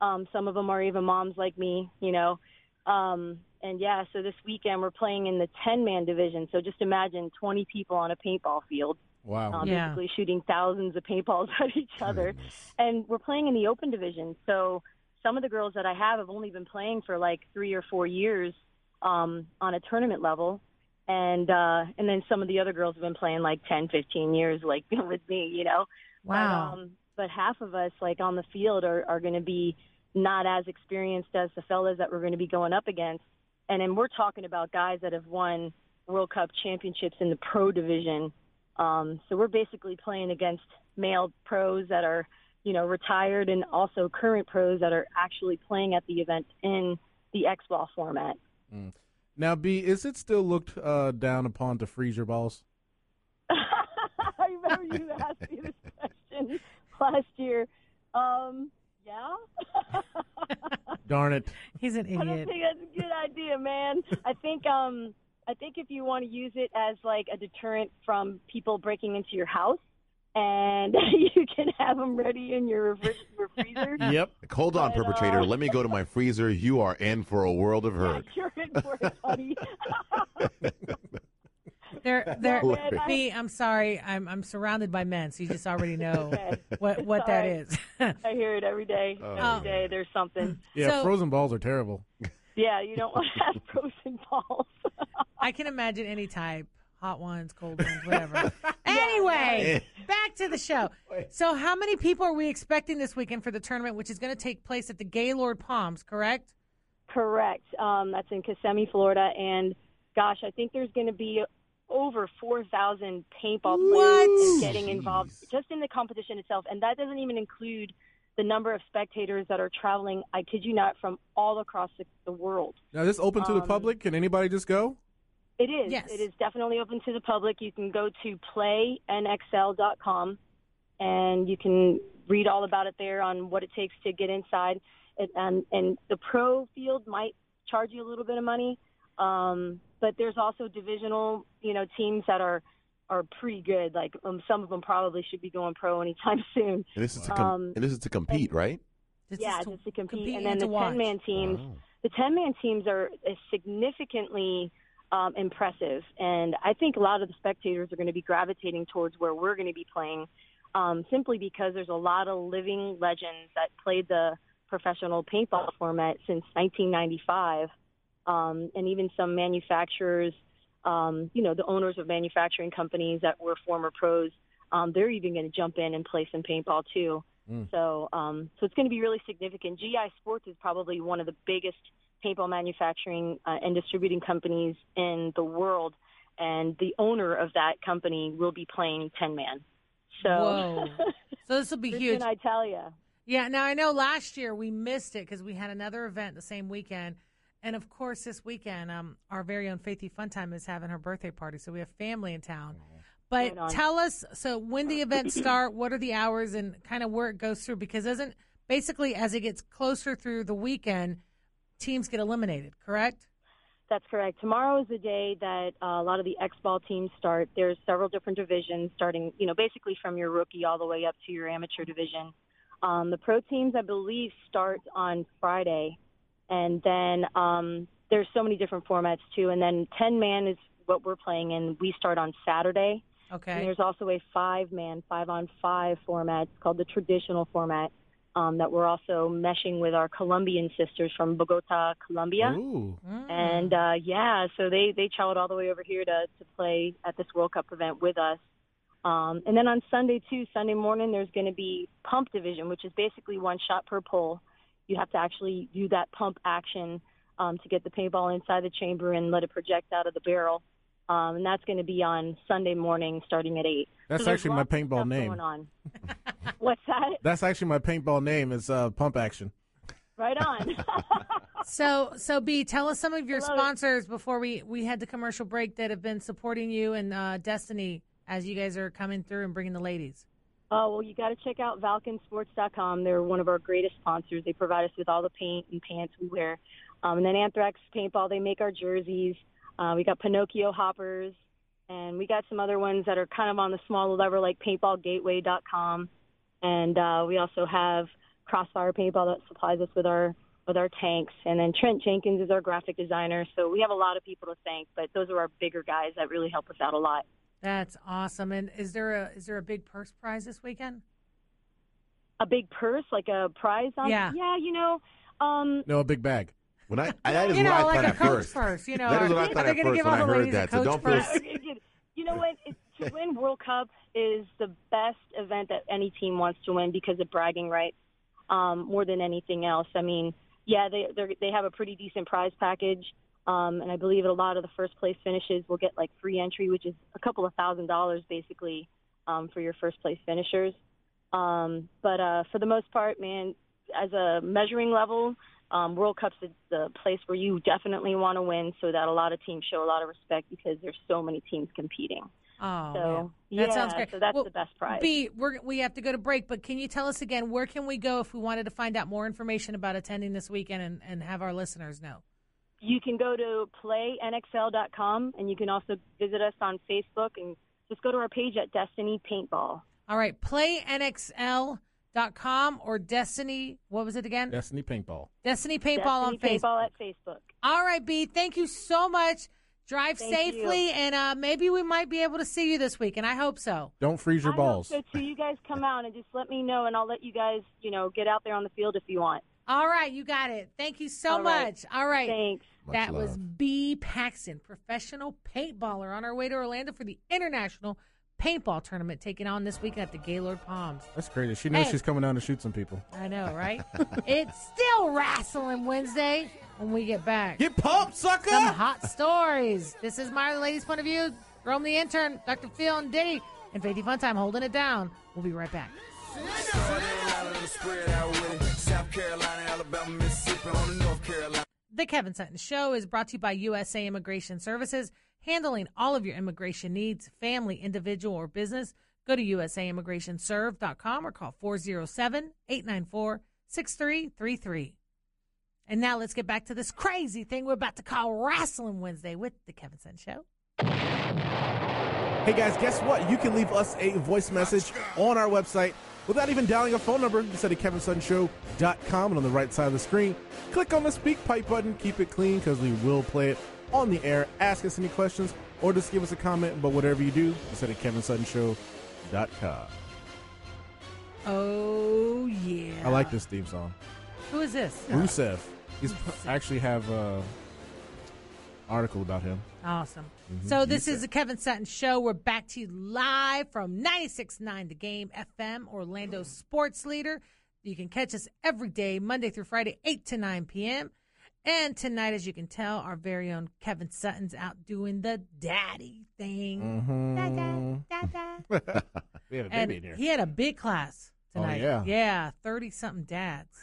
Speaker 8: Um, some of them are even moms like me, you know. Um, and yeah, so this weekend we're playing in the 10 man division. So just imagine 20 people on a paintball field.
Speaker 3: Wow.
Speaker 8: um,
Speaker 2: Yeah.
Speaker 8: basically shooting thousands of paintballs at each other. And we're playing in the open division, so some of the girls that I have have only been playing for like three or four years um, on a tournament level, and uh, and then some of the other girls have been playing like 10, 15 years, like with me, you know.
Speaker 2: Wow.
Speaker 8: But, um, but half of us, like on the field, are, are going to be not as experienced as the fellas that we're going to be going up against. And then we're talking about guys that have won World Cup championships in the pro division. Um, so we're basically playing against male pros that are, you know, retired and also current pros that are actually playing at the event in the X ball format.
Speaker 3: Now, B, is it still looked uh, down upon to freeze your balls?
Speaker 8: I remember you asked me this question last year. Um, yeah.
Speaker 3: Darn it.
Speaker 2: He's an
Speaker 8: I don't
Speaker 2: idiot.
Speaker 8: think that's a good idea, man. I think um I think if you want to use it as like a deterrent from people breaking into your house, and you can have them ready in your refri- your freezer.
Speaker 3: Yep.
Speaker 5: Like, Hold on,
Speaker 8: But, uh,
Speaker 5: perpetrator. Let me go to my freezer. You are in for a world of
Speaker 8: Yeah,
Speaker 5: hurt.
Speaker 8: you're in for it, buddy.
Speaker 2: They're they're
Speaker 5: Wait.
Speaker 2: B, I'm sorry. I'm I'm surrounded by men, so you just already know
Speaker 8: Okay.
Speaker 2: what what that is.
Speaker 8: I hear it every day.
Speaker 5: Oh,
Speaker 8: every day
Speaker 5: man.
Speaker 8: there's something.
Speaker 3: Yeah,
Speaker 2: So-
Speaker 3: frozen balls are terrible.
Speaker 8: Yeah, you don't want to have frozen balls.
Speaker 2: I can imagine any type. Hot ones, cold ones, whatever. anyway, back to the show. So, how many people are we expecting this weekend for the tournament, which is going to take place at the Gaylord Palms, correct?
Speaker 8: Correct. Um, that's in Kissimmee, Florida, and gosh, I think there's going to be over 4,000 paintball
Speaker 2: What?
Speaker 8: players getting involved just in the competition itself, and that doesn't even include the number of spectators that are traveling. I kid you not, from all across the, the world.
Speaker 3: Now, is this open to the
Speaker 8: Um,
Speaker 3: public? Can anybody just go?
Speaker 8: It is.
Speaker 2: Yes.
Speaker 8: It is definitely open to the public. You can go to playnxl.com and you can read all about it there on what it takes to get inside. It, and, and the pro field might charge you a little bit of money, um, but there's also divisional, you know, teams that are are pretty good. Like um, some of them probably should be going pro anytime
Speaker 5: And
Speaker 8: soon.
Speaker 5: this is to com-
Speaker 8: Um,
Speaker 5: and this is to compete, right?
Speaker 2: This
Speaker 8: yeah,
Speaker 2: is to
Speaker 8: just to compete.
Speaker 2: compete
Speaker 8: and then
Speaker 2: to
Speaker 8: the
Speaker 2: watch.
Speaker 8: ten man teams,
Speaker 5: Wow.
Speaker 8: the ten man teams are uh, significantly um, impressive, and I think a lot of the spectators are going to be gravitating towards where we're going to be playing, um, simply because there's a lot of living legends that played the professional paintball format since 1995, um, and even some manufacturers, um, you know, the owners of manufacturing companies that were former pros, um, they're even going to jump in and play some paintball too. So, um, so it's going to be really significant. GI Sports is probably one of the biggest paintball manufacturing uh, and distributing companies in the world, and the owner of that company will be playing ten man. So,
Speaker 2: Whoa. so this will be huge.
Speaker 8: Christian, I tell you,
Speaker 2: Yeah, now I know last year we missed it because we had another event the same weekend. And of course, this weekend, um, our very own Faithy Funtime is having her birthday party. So we have family in town. But
Speaker 8: Right on.
Speaker 2: tell us so when the events start, what are the hours, and kind of where it goes through? Because doesn't basically as it gets closer through the weekend, teams get eliminated, correct?
Speaker 8: That's correct. Tomorrow is the day that uh, a lot of the X ball teams start. There's several different divisions, starting you know basically from your rookie all the way up to your amateur division. Um, the pro teams, I believe, start on Friday, and then um, there's so many different formats too. And then 10 man is what we're playing in. We start on Saturday. And
Speaker 2: Okay.
Speaker 8: there's also a five man, five on five format. It's called the traditional format um, that we're also meshing with our Colombian sisters from Bogota, Colombia
Speaker 3: Ooh.
Speaker 8: and uh, yeah, so they they traveled all the way over here to to play at this World Cup event with us. Um, and then on Sunday too, Sunday morning, there's going to be pump division, which is basically one shot per pull. You have to actually do that pump action um, to get the paintball inside the chamber and let it project out of the barrel. Um, and that's going to be on Sunday morning, starting at eight.
Speaker 3: That's
Speaker 8: there's
Speaker 3: actually my
Speaker 8: lots of
Speaker 3: paintball
Speaker 8: stuff
Speaker 3: name.
Speaker 8: Going on. What's that?
Speaker 3: That's actually my paintball name is uh, Pump Action.
Speaker 8: Right on.
Speaker 2: So, so B, tell us some of your
Speaker 8: Hello.
Speaker 2: sponsors before we we had the commercial break that have been supporting you and uh, Destiny as you guys are coming through and bringing the ladies.
Speaker 8: Oh, well, you got to check out ValkenSports.com. They're one of our greatest sponsors. They provide us with all the paint and pants we wear. Um, and then Anthrax Paintball, they make our jerseys. Uh, we got Pinocchio Hoppers, and we got some other ones that are kind of on the smaller level, like PaintballGateway.com. And uh, we also have Crossfire Paintball that supplies us with our with our tanks. And then Trent Jenkins is our graphic designer. So we have a lot of people to thank, but those are our bigger guys that really help us out a lot.
Speaker 2: That's awesome. And is there a is there a big purse prize this weekend?
Speaker 8: a big purse, like a prize on
Speaker 2: Yeah.
Speaker 8: you know. Um
Speaker 3: No, a big bag.
Speaker 5: When I, I that is
Speaker 2: you know,
Speaker 5: what I
Speaker 2: like
Speaker 5: thought
Speaker 2: a
Speaker 5: at
Speaker 2: coach
Speaker 5: first.
Speaker 2: purse. You know,
Speaker 5: That is
Speaker 2: are-
Speaker 5: what I
Speaker 2: are
Speaker 5: thought
Speaker 2: they
Speaker 5: at
Speaker 2: gonna
Speaker 5: first
Speaker 2: give
Speaker 5: when
Speaker 2: all the
Speaker 5: I heard
Speaker 2: ladies a
Speaker 5: that, so
Speaker 2: coach
Speaker 5: don't feel
Speaker 2: purse?
Speaker 5: s-
Speaker 8: you know what? It- to win World Cup is the best event that any team wants to win because of bragging rights, um, more than anything else. I mean, yeah, they they're- they have a pretty decent prize package, um, and I believe a lot of the first place finishes will get like free entry, which is a couple of thousand dollars basically um, for your first place finishers. Um, but uh, for the most part, man, as a measuring level, um, World Cup's the, the place where you definitely want to win, so that a lot of teams show a lot of respect because there's so many teams competing.
Speaker 2: Oh,
Speaker 8: So,
Speaker 2: man. that
Speaker 8: yeah,
Speaker 2: sounds great.
Speaker 8: so that's
Speaker 2: Well,
Speaker 8: the best prize.
Speaker 2: B, we're, we have to go to break, but can you tell us again where can we go if we wanted to find out more information about attending this weekend and, and have our listeners know?
Speaker 8: You can go to playnxl.com, and you can also visit us on Facebook and just go to our page at Destiny Paintball.
Speaker 2: All right, playnxl.com or Destiny. What was it again?
Speaker 3: Destiny Paintball.
Speaker 2: Destiny Paintball on
Speaker 8: Destiny
Speaker 2: Facebook.
Speaker 8: Paintball at Facebook.
Speaker 2: All right, B. Thank you so much. Drive
Speaker 8: Thank
Speaker 2: safely, and uh, maybe we might be able to see you this week, and I hope so.
Speaker 3: Don't freeze your
Speaker 8: I
Speaker 3: balls.
Speaker 8: Hope so too. You guys come out and just let me know, and I'll let you guys, you know, get out there on the field if you want.
Speaker 2: All right, you got it. Thank you so
Speaker 8: All right.
Speaker 2: much. All right.
Speaker 8: Thanks.
Speaker 5: Much
Speaker 2: that was
Speaker 5: love.
Speaker 2: B. Paxton, professional paintballer, on our way to Orlando for the International Paintball Tournament taking on this weekend at the Gaylord Palms.
Speaker 3: That's crazy. She knows
Speaker 2: Hey.
Speaker 3: she's coming down to shoot some people.
Speaker 2: I know, right? it's still Wrestling Wednesday when we get back.
Speaker 3: Get pumped, sucker!
Speaker 2: Some hot stories. This is my Lady's Point of View. Rome the Intern, Dr. Phil and Diddy, and Faithy Funtime holding it down. We'll be right back. The Kevin Sutton Show is brought to you by USA Immigration Services, handling all of your immigration needs, family, individual, or business. Go to usaimmigrationserve.com or call 407 894 6333. And now let's get back to this crazy thing we're about to call Wrestling Wednesday with the Kevin Sun Show.
Speaker 7: Hey guys, guess what? You can leave us a voice message on our website without even dialing a phone number. Just head to kevinsunshow.com and on the right side of the screen, click on the speak pipe button. Keep it clean because we will play it on the air. Ask us any questions or just give us a comment. But whatever you do, just head to kevinsunshow.com.
Speaker 2: Oh, yeah.
Speaker 7: I like this theme song.
Speaker 2: Who is this?
Speaker 7: Rusev. He's, I actually have an article about him.
Speaker 2: Awesome. So this is the Kevin Sutton Show. We're back to you live from 96.9 The Game FM, Orlando sports leader. You can catch us every day, Monday through Friday, 8 to 9 p.m. And tonight, as you can tell, our very own Kevin Sutton's out doing the daddy thing. Da, da, da, da.
Speaker 7: We have a baby
Speaker 2: And
Speaker 7: in here.
Speaker 2: He had a big class
Speaker 7: Oh,
Speaker 2: tonight.
Speaker 7: yeah.
Speaker 2: yeah, thirty something dads.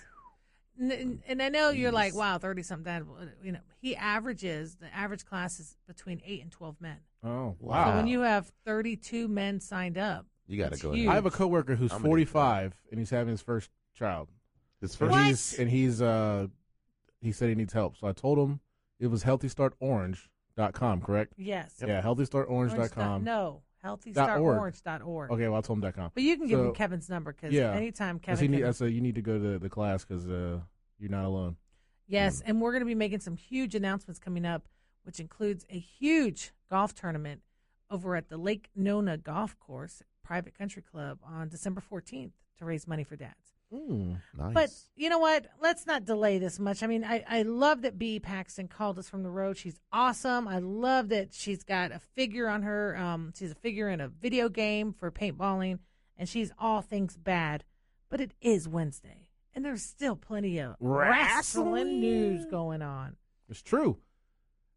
Speaker 2: N- n- And I know you're like, wow, thirty something dads. You know, he averages the average class is between eight and twelve men.
Speaker 7: oh,
Speaker 5: Wow.
Speaker 2: So when you have thirty two men signed up,
Speaker 5: You got to
Speaker 2: It's
Speaker 5: go.
Speaker 2: huge.
Speaker 5: ahead.
Speaker 7: I have a coworker who's
Speaker 5: I'm gonna-
Speaker 7: 45 and he's having his first child.
Speaker 5: It's
Speaker 7: And
Speaker 5: first.
Speaker 7: he's and he's uh he said he needs help. So I told him it was healthystartorange.com, correct?
Speaker 2: yes,
Speaker 7: Yeah, healthystartorange.com.
Speaker 2: Orange dot-
Speaker 7: com.
Speaker 2: no,
Speaker 7: Dot org.
Speaker 2: healthystartorange.org.
Speaker 7: Okay, well I told him dot .com.
Speaker 2: But you can give
Speaker 7: So-
Speaker 2: him Kevin's number because
Speaker 7: Yeah.
Speaker 2: anytime
Speaker 7: 'Cause he
Speaker 2: Kevin,
Speaker 7: need- I
Speaker 2: can,
Speaker 7: said you need to go to the class cuz uh you're not alone.
Speaker 2: yes, and we're going to be making some huge announcements coming up, which includes a huge golf tournament over at the Lake Nona Golf Course Private Country Club on December fourteenth to raise money for dads. Hmm.
Speaker 5: nice.
Speaker 2: But you know what? Let's not delay this much. I mean, I, I love that B Paxton called us from the road. She's awesome. I love that she's got a figure on her. Um, she's a figure in a video game for paintballing, and she's all things bad. But it is Wednesday, and there's still plenty of wrestling, news going on.
Speaker 7: It's true.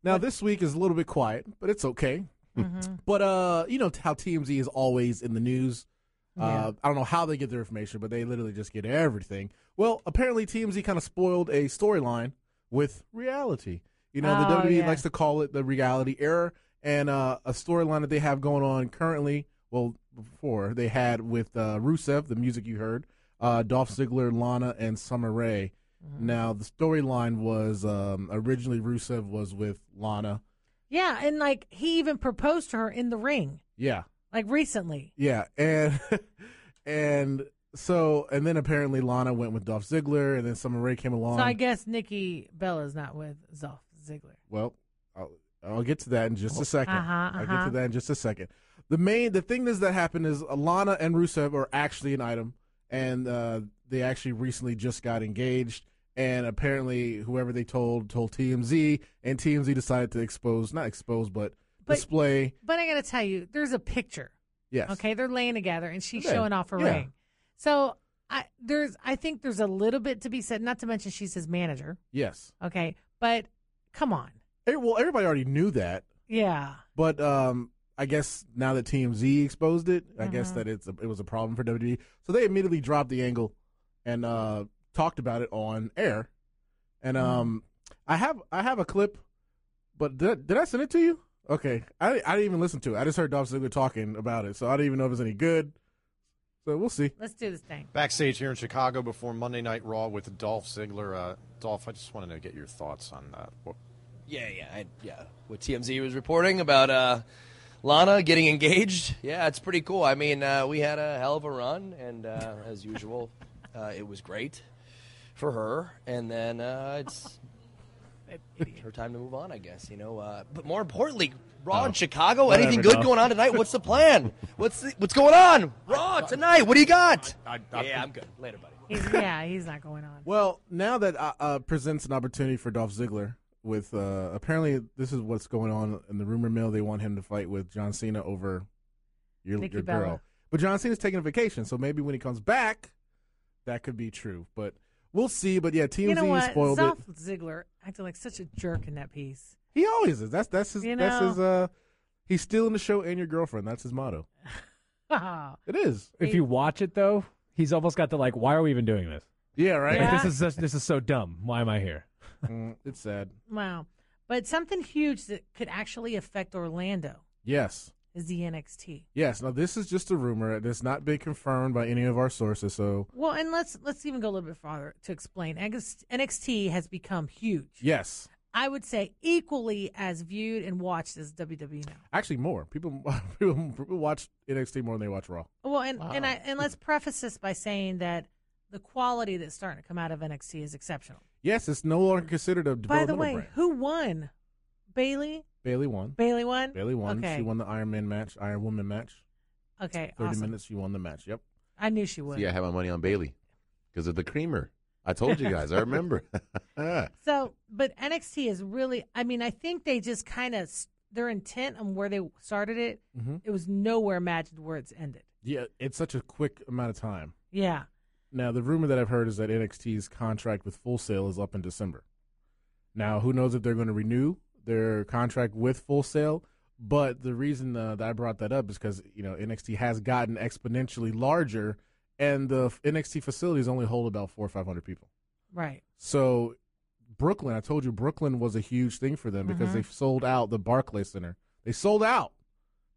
Speaker 7: Now this week is a little bit quiet, but it's okay. But uh, you know how TMZ is always in the news. Uh, I don't know how they get their information, but they literally just get everything. Well, apparently TMZ kind of spoiled a storyline with reality. You know,
Speaker 2: Oh,
Speaker 7: the WWE
Speaker 2: yeah.
Speaker 7: likes to call it the reality era, and uh, a storyline that they have going on currently. Well, before they had with uh, Rusev, the music you heard, uh, Dolph Ziggler, Lana, and Summer Rae.
Speaker 2: Mm-hmm.
Speaker 7: Now the storyline was um, originally Rusev was with Lana.
Speaker 2: Yeah, and like he even proposed to her in the ring,
Speaker 7: Yeah,
Speaker 2: like recently.
Speaker 7: Yeah, and and so and then apparently Lana went with Dolph Ziggler, and then Summer Rae came along.
Speaker 2: So I guess Nikki Bella's not with Zolf Ziggler.
Speaker 7: well, I'll, I'll get to that in just a 2nd
Speaker 2: Uh-huh,
Speaker 7: I'll
Speaker 2: uh-huh.
Speaker 7: get to that in just a second. The main the thing is that happened is Lana and Rusev are actually an item, and uh, they actually recently just got engaged. And apparently, whoever they told told TMZ, and TMZ decided to expose not expose but,
Speaker 2: But-
Speaker 7: display.
Speaker 2: But I got to tell you, there's a picture.
Speaker 7: Yes.
Speaker 2: Okay, they're laying together, and she's
Speaker 7: Okay,
Speaker 2: showing off her
Speaker 7: yeah.
Speaker 2: ring. So I there's I think there's a little bit to be said. Not to mention she's his manager.
Speaker 7: Yes.
Speaker 2: Okay, but come on,
Speaker 7: Eh, Well, everybody already knew that.
Speaker 2: yeah,
Speaker 7: But um, I guess now that TMZ exposed it, I guess that it's a, it was a problem for WWE. So they immediately dropped the angle and uh, talked about it on air. And um, I have I have a clip, but did, did I send it to you? Okay, I, I didn't even listen to it. I just heard Dolph Ziggler talking about it, so I don't even know if it's any good. So we'll see.
Speaker 2: let's do this thing.
Speaker 9: Backstage here in Chicago before Monday Night Raw with Dolph Ziggler. Uh, Dolph, I just wanted to get your thoughts on that. What,
Speaker 10: Yeah, yeah, I, yeah. What TMZ was reporting about uh, Lana getting engaged. Yeah, it's pretty cool. I mean, uh, we had a hell of a run, and uh, as usual, uh, it was great for her. And then uh, it's her time to move on, I guess. You know, uh, but more importantly, Raw
Speaker 9: Oh.
Speaker 10: in Chicago. anything
Speaker 6: whatever,
Speaker 10: good
Speaker 6: no.
Speaker 10: going on tonight? What's the plan? what's the, what's going on? Raw tonight. What do you got?
Speaker 9: I- I-
Speaker 10: yeah, I'm good. Later, buddy.
Speaker 2: He's, yeah, he's not going on.
Speaker 7: Well, now that uh, uh, presents an opportunity for Dolph Ziggler with uh, apparently this is what's going on in the rumor mill. They want him to fight with John Cena over your,
Speaker 2: Nikki
Speaker 7: your
Speaker 2: Bella.
Speaker 7: girl, but John Cena's taking a vacation, so maybe when he comes back, that could be true. But we'll see. But yeah, TMZ
Speaker 2: you know what?
Speaker 7: spoiled
Speaker 2: Zolf
Speaker 7: it.
Speaker 2: Ziggler acted like such a jerk in that piece.
Speaker 7: He always is. That's that's his.
Speaker 2: You
Speaker 7: That's
Speaker 2: know.
Speaker 7: his. Uh, he's stealing the show and your girlfriend. That's his motto.
Speaker 2: Oh,
Speaker 7: It is.
Speaker 6: If you watch it though, he's almost got the like, why are we even doing this?
Speaker 7: Yeah. Right.
Speaker 2: Yeah.
Speaker 6: Like, this is such, this is so dumb. Why am I here?
Speaker 7: Mm, it's sad.
Speaker 2: wow! But something huge that could actually affect Orlando
Speaker 7: Yes.
Speaker 2: is the NXT.
Speaker 7: Yes. Now this is just a rumor. It's not been confirmed by any of our sources. So
Speaker 2: Well, and let's let's even go a little bit farther to explain. NXT has become huge.
Speaker 7: yes,
Speaker 2: I would say equally as viewed and watched as WWE now.
Speaker 7: actually more people people, people watch NXT more than they watch Raw.
Speaker 2: Well, and and
Speaker 7: Wow.
Speaker 2: I and let's preface this by saying that the quality that's starting to come out of NXT is exceptional.
Speaker 7: Yes, it's no longer considered a
Speaker 2: By the
Speaker 7: developmental
Speaker 2: way,
Speaker 7: brand.
Speaker 2: who won? Bailey.
Speaker 7: Bailey won.
Speaker 2: Bailey won.
Speaker 7: Bailey won.
Speaker 2: Okay.
Speaker 7: She won the Iron Man match, Iron Woman match.
Speaker 2: Okay.
Speaker 7: Thirty
Speaker 2: awesome.
Speaker 7: minutes. She won the match. Yep.
Speaker 2: I knew she would.
Speaker 5: See, I have my money on Bailey because of the creamer. I told you guys. I remember.
Speaker 2: So, but NXT is really. I mean, I think they just kind of their intent on where they started it.
Speaker 7: Mhm.
Speaker 2: It was nowhere matched where it's ended.
Speaker 7: Yeah, it's such a quick amount of time.
Speaker 2: Yeah.
Speaker 7: Now, the rumor that I've heard is that NXT's contract with Full Sail is up in December. Now, who knows if they're going to renew their contract with Full Sail? But the reason uh, that I brought that up is because you know NXT has gotten exponentially larger, and the f- NXT facilities only hold about four or five hundred people.
Speaker 2: Right.
Speaker 7: So, Brooklyn, I told you Brooklyn was a huge thing for them because
Speaker 2: Mhm.
Speaker 7: they sold out the Barclays Center. They sold out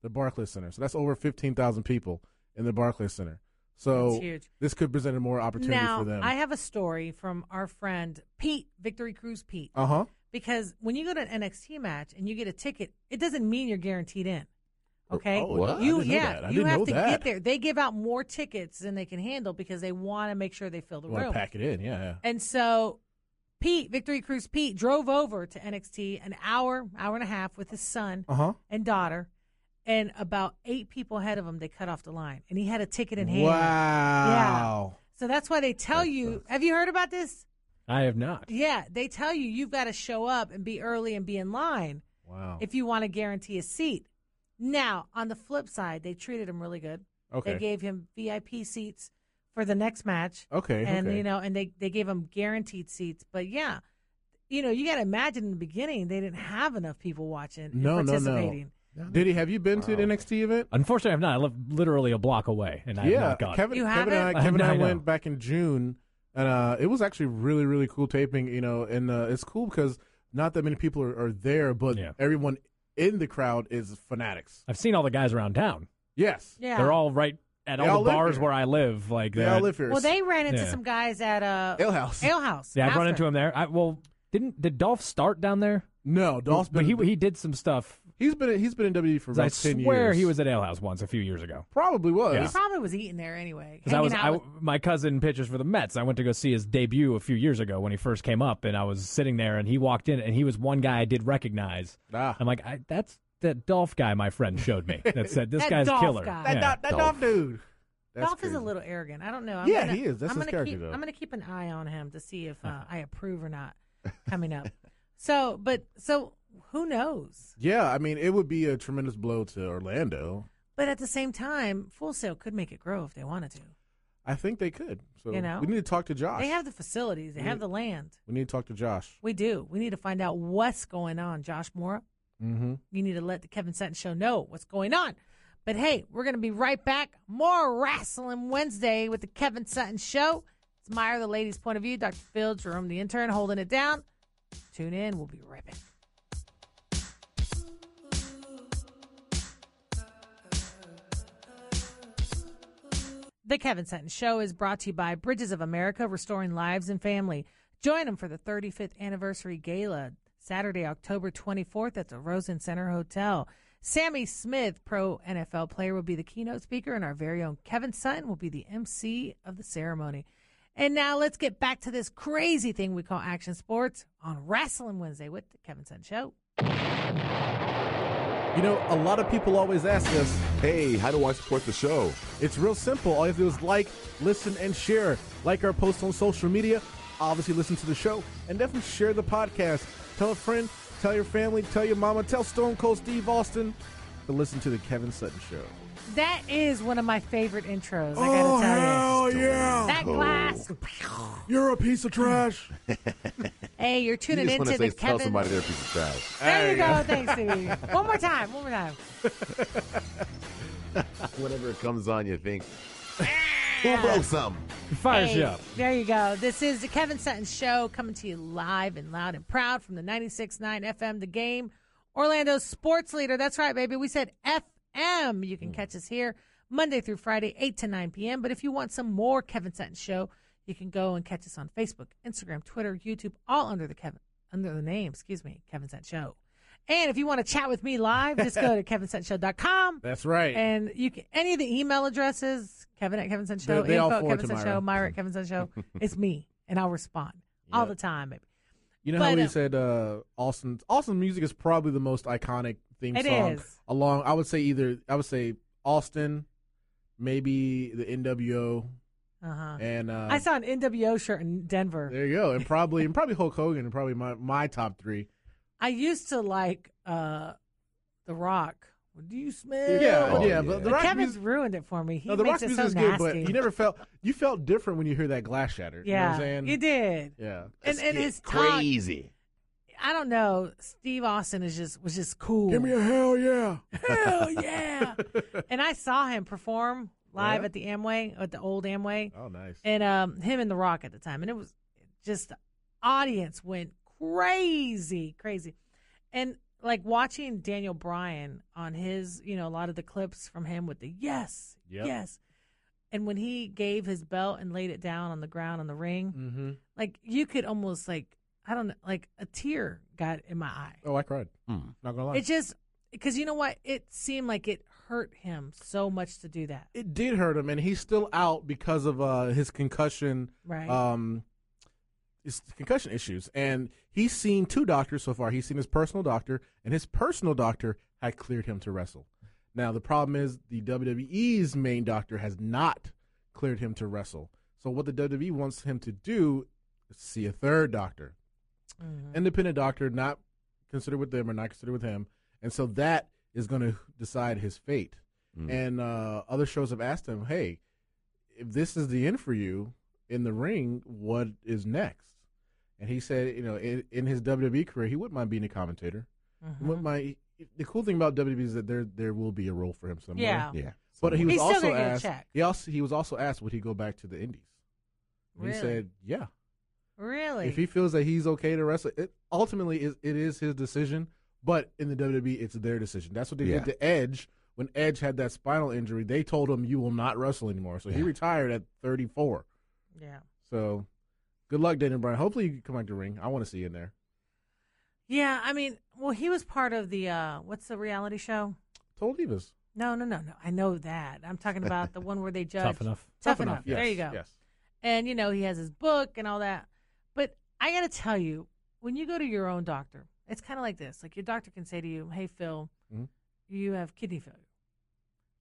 Speaker 7: the Barclays Center. So that's over 15,000 people in the Barclays Center. So
Speaker 2: That's huge.
Speaker 7: this could present a more opportunity
Speaker 2: now
Speaker 7: for them.
Speaker 2: I have a story from our friend Pete Victory Cruise Pete.
Speaker 7: uh huh.
Speaker 2: because when you go to an NXT match and you get a ticket, it doesn't mean you're guaranteed in. Okay,
Speaker 7: Oh, what? I
Speaker 2: you
Speaker 7: didn't know
Speaker 2: yeah,
Speaker 7: that. I
Speaker 2: you
Speaker 7: didn't
Speaker 2: have
Speaker 7: know
Speaker 2: to
Speaker 7: that.
Speaker 2: get there. They give out more tickets than they can handle because they want to make sure they fill the
Speaker 7: want to
Speaker 2: room.
Speaker 7: pack it in. Yeah. yeah.
Speaker 2: And so, Pete Victory Cruise Pete drove over to NXT an hour, hour and a half with his son
Speaker 7: Uh huh.
Speaker 2: and daughter, and about eight people ahead of him they cut off the line, and he had a ticket in hand.
Speaker 7: Wow.
Speaker 2: So that's why they tell you. Have you heard about this?
Speaker 6: I have not.
Speaker 2: Yeah, they tell you you've got to show up and be early and be in line
Speaker 7: Wow.
Speaker 2: if you want to guarantee a seat. Now, on the flip side, they treated him really good.
Speaker 7: Okay.
Speaker 2: They gave him VIP seats for the next match.
Speaker 7: Okay,
Speaker 2: And
Speaker 7: okay.
Speaker 2: you know, and they they gave him guaranteed seats. But yeah, you know, you got to imagine in the beginning they didn't have enough people watching and
Speaker 7: no, no, no.
Speaker 2: participating.
Speaker 7: Diddy, have you been to an NXT event?
Speaker 6: Unfortunately, I've not. I live literally a block away, and I have
Speaker 7: yeah,
Speaker 6: not gone.
Speaker 7: Kevin,
Speaker 2: You
Speaker 7: Kevin and I,
Speaker 2: haven't?
Speaker 7: Kevin and I
Speaker 6: I know.
Speaker 7: went back in June, and uh, it was actually really, really cool taping. You know, and uh, it's cool because not that many people are, are there, but
Speaker 6: Yeah.
Speaker 7: everyone in the crowd is fanatics.
Speaker 6: I've seen all the guys around town.
Speaker 7: Yes,
Speaker 2: Yeah.
Speaker 6: They're all right at
Speaker 7: They
Speaker 6: all,
Speaker 7: all
Speaker 6: the
Speaker 7: live
Speaker 6: bars
Speaker 7: here.
Speaker 6: where I live. Like
Speaker 7: they
Speaker 6: that.
Speaker 7: all live here.
Speaker 2: Well, they ran into
Speaker 6: Yeah.
Speaker 2: some guys at uh
Speaker 7: Ale House.
Speaker 2: Alehouse.
Speaker 6: Yeah, I've run
Speaker 2: after.
Speaker 6: into him there. I, well, didn't did Dolph start down there?
Speaker 7: no, Dolph's
Speaker 6: but
Speaker 7: been
Speaker 6: he he did some stuff.
Speaker 7: he, has been he's been in WWE for
Speaker 6: 'cause I
Speaker 7: about ten
Speaker 6: swear
Speaker 7: years.
Speaker 6: he was at Ale House once a few years ago.
Speaker 7: probably was.
Speaker 6: Yeah.
Speaker 2: He probably was eating there anyway.
Speaker 6: Because I was,
Speaker 2: hanging
Speaker 6: I,
Speaker 2: out with-
Speaker 6: my cousin pitches for the Mets. I went to go see his debut a few years ago when he first came up, and I was sitting there, and he walked in, and he was one guy I did recognize.
Speaker 7: Ah.
Speaker 6: I'm like, I, that's that Dolph guy my friend showed me that said this
Speaker 2: That
Speaker 6: guy's
Speaker 2: Dolph
Speaker 6: killer.
Speaker 2: guy.
Speaker 7: That,
Speaker 6: Yeah.
Speaker 7: Dolph, that Dolph dude. That's
Speaker 2: Dolph is a
Speaker 7: crazy.
Speaker 2: little arrogant. I don't know.
Speaker 7: Yeah, he is. That's
Speaker 2: I'm
Speaker 7: his
Speaker 2: gonna
Speaker 7: character,
Speaker 2: keep,
Speaker 7: though.
Speaker 2: I'm going to keep an eye on him to see if uh, I approve or not coming up. so, but so who knows?
Speaker 7: Yeah, I mean, it would be a tremendous blow to Orlando.
Speaker 2: But at the same time, Full Sail could make it grow if they wanted to.
Speaker 7: I think they could. So
Speaker 2: You know?
Speaker 7: we need to talk to Josh.
Speaker 2: They have the facilities. They have the land.
Speaker 7: we need to talk to Josh.
Speaker 2: We do. We need to find out what's going on, Josh Mora.
Speaker 7: Mm-hmm.
Speaker 2: You need to let the Kevin Sutton Show know what's going on. But hey, we're going to be right back. More Wrestling Wednesday with the Kevin Sutton Show. It's Meyer, the ladies' point of view. Dr. Phil, Jerome, the intern, holding it down. Tune in. We'll be right back. The Kevin Sutton Show is brought to you by Bridges of America, restoring lives and family. Join them for the 35th anniversary gala, Saturday, October 24th at the Rosen Center Hotel. Sammy Smith, pro NFL player, will be the keynote speaker, and our very own Kevin Sutton will be the MC of the ceremony. And now let's get back to this crazy thing we call action sports on Wrestling Wednesday with the Kevin Sutton Show.
Speaker 7: You know, a lot of people always ask us.
Speaker 5: hey, how do I support the show?
Speaker 7: It's real simple. All you have to do is like, listen, and share. Like our posts on social media. Obviously, listen to the show and definitely share the podcast. Tell a friend, tell your family, tell your mama, tell Stone Cold Steve Austin to listen to the Kevin Sutton Show. Oh,
Speaker 2: That is one of my favorite intros, I gotta tell you.
Speaker 7: yeah!
Speaker 2: That
Speaker 5: Oh.
Speaker 2: glass.
Speaker 7: You're a piece of trash.
Speaker 2: Hey, you're
Speaker 5: You
Speaker 2: tuning
Speaker 5: just want
Speaker 2: into
Speaker 5: to
Speaker 2: the
Speaker 5: say,
Speaker 2: Kevin.
Speaker 5: tell somebody they're a piece of trash.
Speaker 2: There you go. Thanks, Stevie. One more time. One more time.
Speaker 5: Whenever it comes on, you think, who broke something?
Speaker 6: Fires
Speaker 2: Hey,
Speaker 6: you up.
Speaker 2: There you go. This is the Kevin Sutton Show coming to you live and loud and proud from the 96.9 FM, The Game, Orlando's sports leader. That's right, baby. We said FM. You
Speaker 5: Mm.
Speaker 2: can catch us here Monday through Friday, 8 to 9 p.m. But if you want some more Kevin Sutton Show, you can go and catch us on Facebook, Instagram, Twitter, YouTube, all under the Kevin under the name, excuse me, Kevin Sutton Show. And if you want to chat with me live, just go to kevinsuttonshow.com.
Speaker 7: That's right.
Speaker 2: And you can any of the email addresses, Kevin at Kevin Sutton Show,
Speaker 7: They- they all
Speaker 2: info at
Speaker 7: forward
Speaker 2: Kevin
Speaker 7: to
Speaker 2: Sutton Show,
Speaker 7: Myra.
Speaker 2: Myra at Kevin Sutton Show. it's me, and I'll respond all the time. Baby.
Speaker 7: You know
Speaker 2: But,
Speaker 7: how we
Speaker 2: uh,
Speaker 7: said uh, Austin? Austin music is probably the most iconic theme
Speaker 2: It
Speaker 7: song.
Speaker 2: is.
Speaker 7: Along, I would say either I would say Austin, maybe the NWO,
Speaker 2: Uh-huh.
Speaker 7: and uh,
Speaker 2: I saw an NWO shirt in Denver.
Speaker 7: there you go, and probably and probably Hulk Hogan, and probably my my top three.
Speaker 2: I used to like uh The Rock. Do you smell?
Speaker 7: Yeah, Oh, yeah, but yeah. The Rock
Speaker 2: Kevin's ruined it for me. He makes it so nasty.
Speaker 7: but you never felt you felt different when you hear that glass shatter. you know what
Speaker 2: yeah,
Speaker 7: I'm saying?
Speaker 2: you did.
Speaker 7: Yeah,
Speaker 2: And and his talk,
Speaker 5: crazy.
Speaker 2: I don't know. Steve Austin is just was just cool.
Speaker 7: Give me a hell yeah.
Speaker 2: hell yeah! and I saw him perform live
Speaker 7: Yeah?
Speaker 2: at the Amway, at the old Amway.
Speaker 7: Oh, nice.
Speaker 2: and um, him and The Rock at the time, and it was just the audience went crazy, crazy, and like watching Daniel Bryan on his, you know, a lot of the clips from him with the yes,
Speaker 7: Yep.
Speaker 2: yes, and when he gave his belt and laid it down on the ground on the ring,
Speaker 7: Mm-hmm.
Speaker 2: like you could almost like I don't know, like a tear got in my eye.
Speaker 7: Oh, I cried.
Speaker 5: Mm.
Speaker 7: Not gonna lie.
Speaker 2: It just because you know what, it seemed like it hurt him so much to do that.
Speaker 7: it did hurt him, and he's still out because of uh, his concussion.
Speaker 2: Right.
Speaker 7: Um, his concussion issues, and he's seen two doctors so far. He's seen his personal doctor, and his personal doctor had cleared him to wrestle. Now the problem is the WWE's main doctor has not cleared him to wrestle. So what the WWE wants him to do is see a third doctor,
Speaker 2: Mm-hmm.
Speaker 7: independent doctor, not considered with them or not considered with him, and so that is going to decide his fate.
Speaker 5: Hmm. Mm.
Speaker 7: And uh, other shows have asked him, "Hey, if this is the end for you in the ring, what is next?" And he said, "You know, in, in his WWE career, he wouldn't mind being a commentator.
Speaker 2: Mm-hmm.
Speaker 7: He Wouldn't
Speaker 2: Uh-huh.
Speaker 7: mind." The cool thing about WWE is that there there will be a role for him somewhere.
Speaker 2: Yeah.
Speaker 5: Yeah.
Speaker 7: But he was
Speaker 2: He's still
Speaker 7: also
Speaker 2: gonna get a
Speaker 7: asked.
Speaker 2: check.
Speaker 7: He also he was also asked, would he go back to the Indies? And
Speaker 2: Really?
Speaker 7: He said, "Yeah."
Speaker 2: Really?
Speaker 7: If he feels that he's okay to wrestle, it ultimately is it is his decision. But in the WWE, it's their decision. That's what they
Speaker 5: Yeah.
Speaker 7: did to Edge when Edge had that spinal injury. They told him you will not wrestle anymore. So he
Speaker 5: Yeah.
Speaker 7: retired at 34.
Speaker 2: yeah.
Speaker 7: So good luck, Daniel Bryan. Hopefully you can come back to the ring. I want to see you in there.
Speaker 2: Yeah, I mean, well, he was part of the uh what's the reality show?
Speaker 7: Told Divas.
Speaker 2: No, no, no, no. I know that. I'm talking about the one where they judge.
Speaker 6: Tough enough.
Speaker 2: Tough, enough.
Speaker 7: Yes,
Speaker 2: There you go.
Speaker 7: Yes.
Speaker 2: And you know he has his book and all that. But I got to tell you, when you go to your own doctor, it's kind of like this. Like your doctor can say to you, "Hey Phil,
Speaker 7: Mhm.
Speaker 2: you have kidney failure,"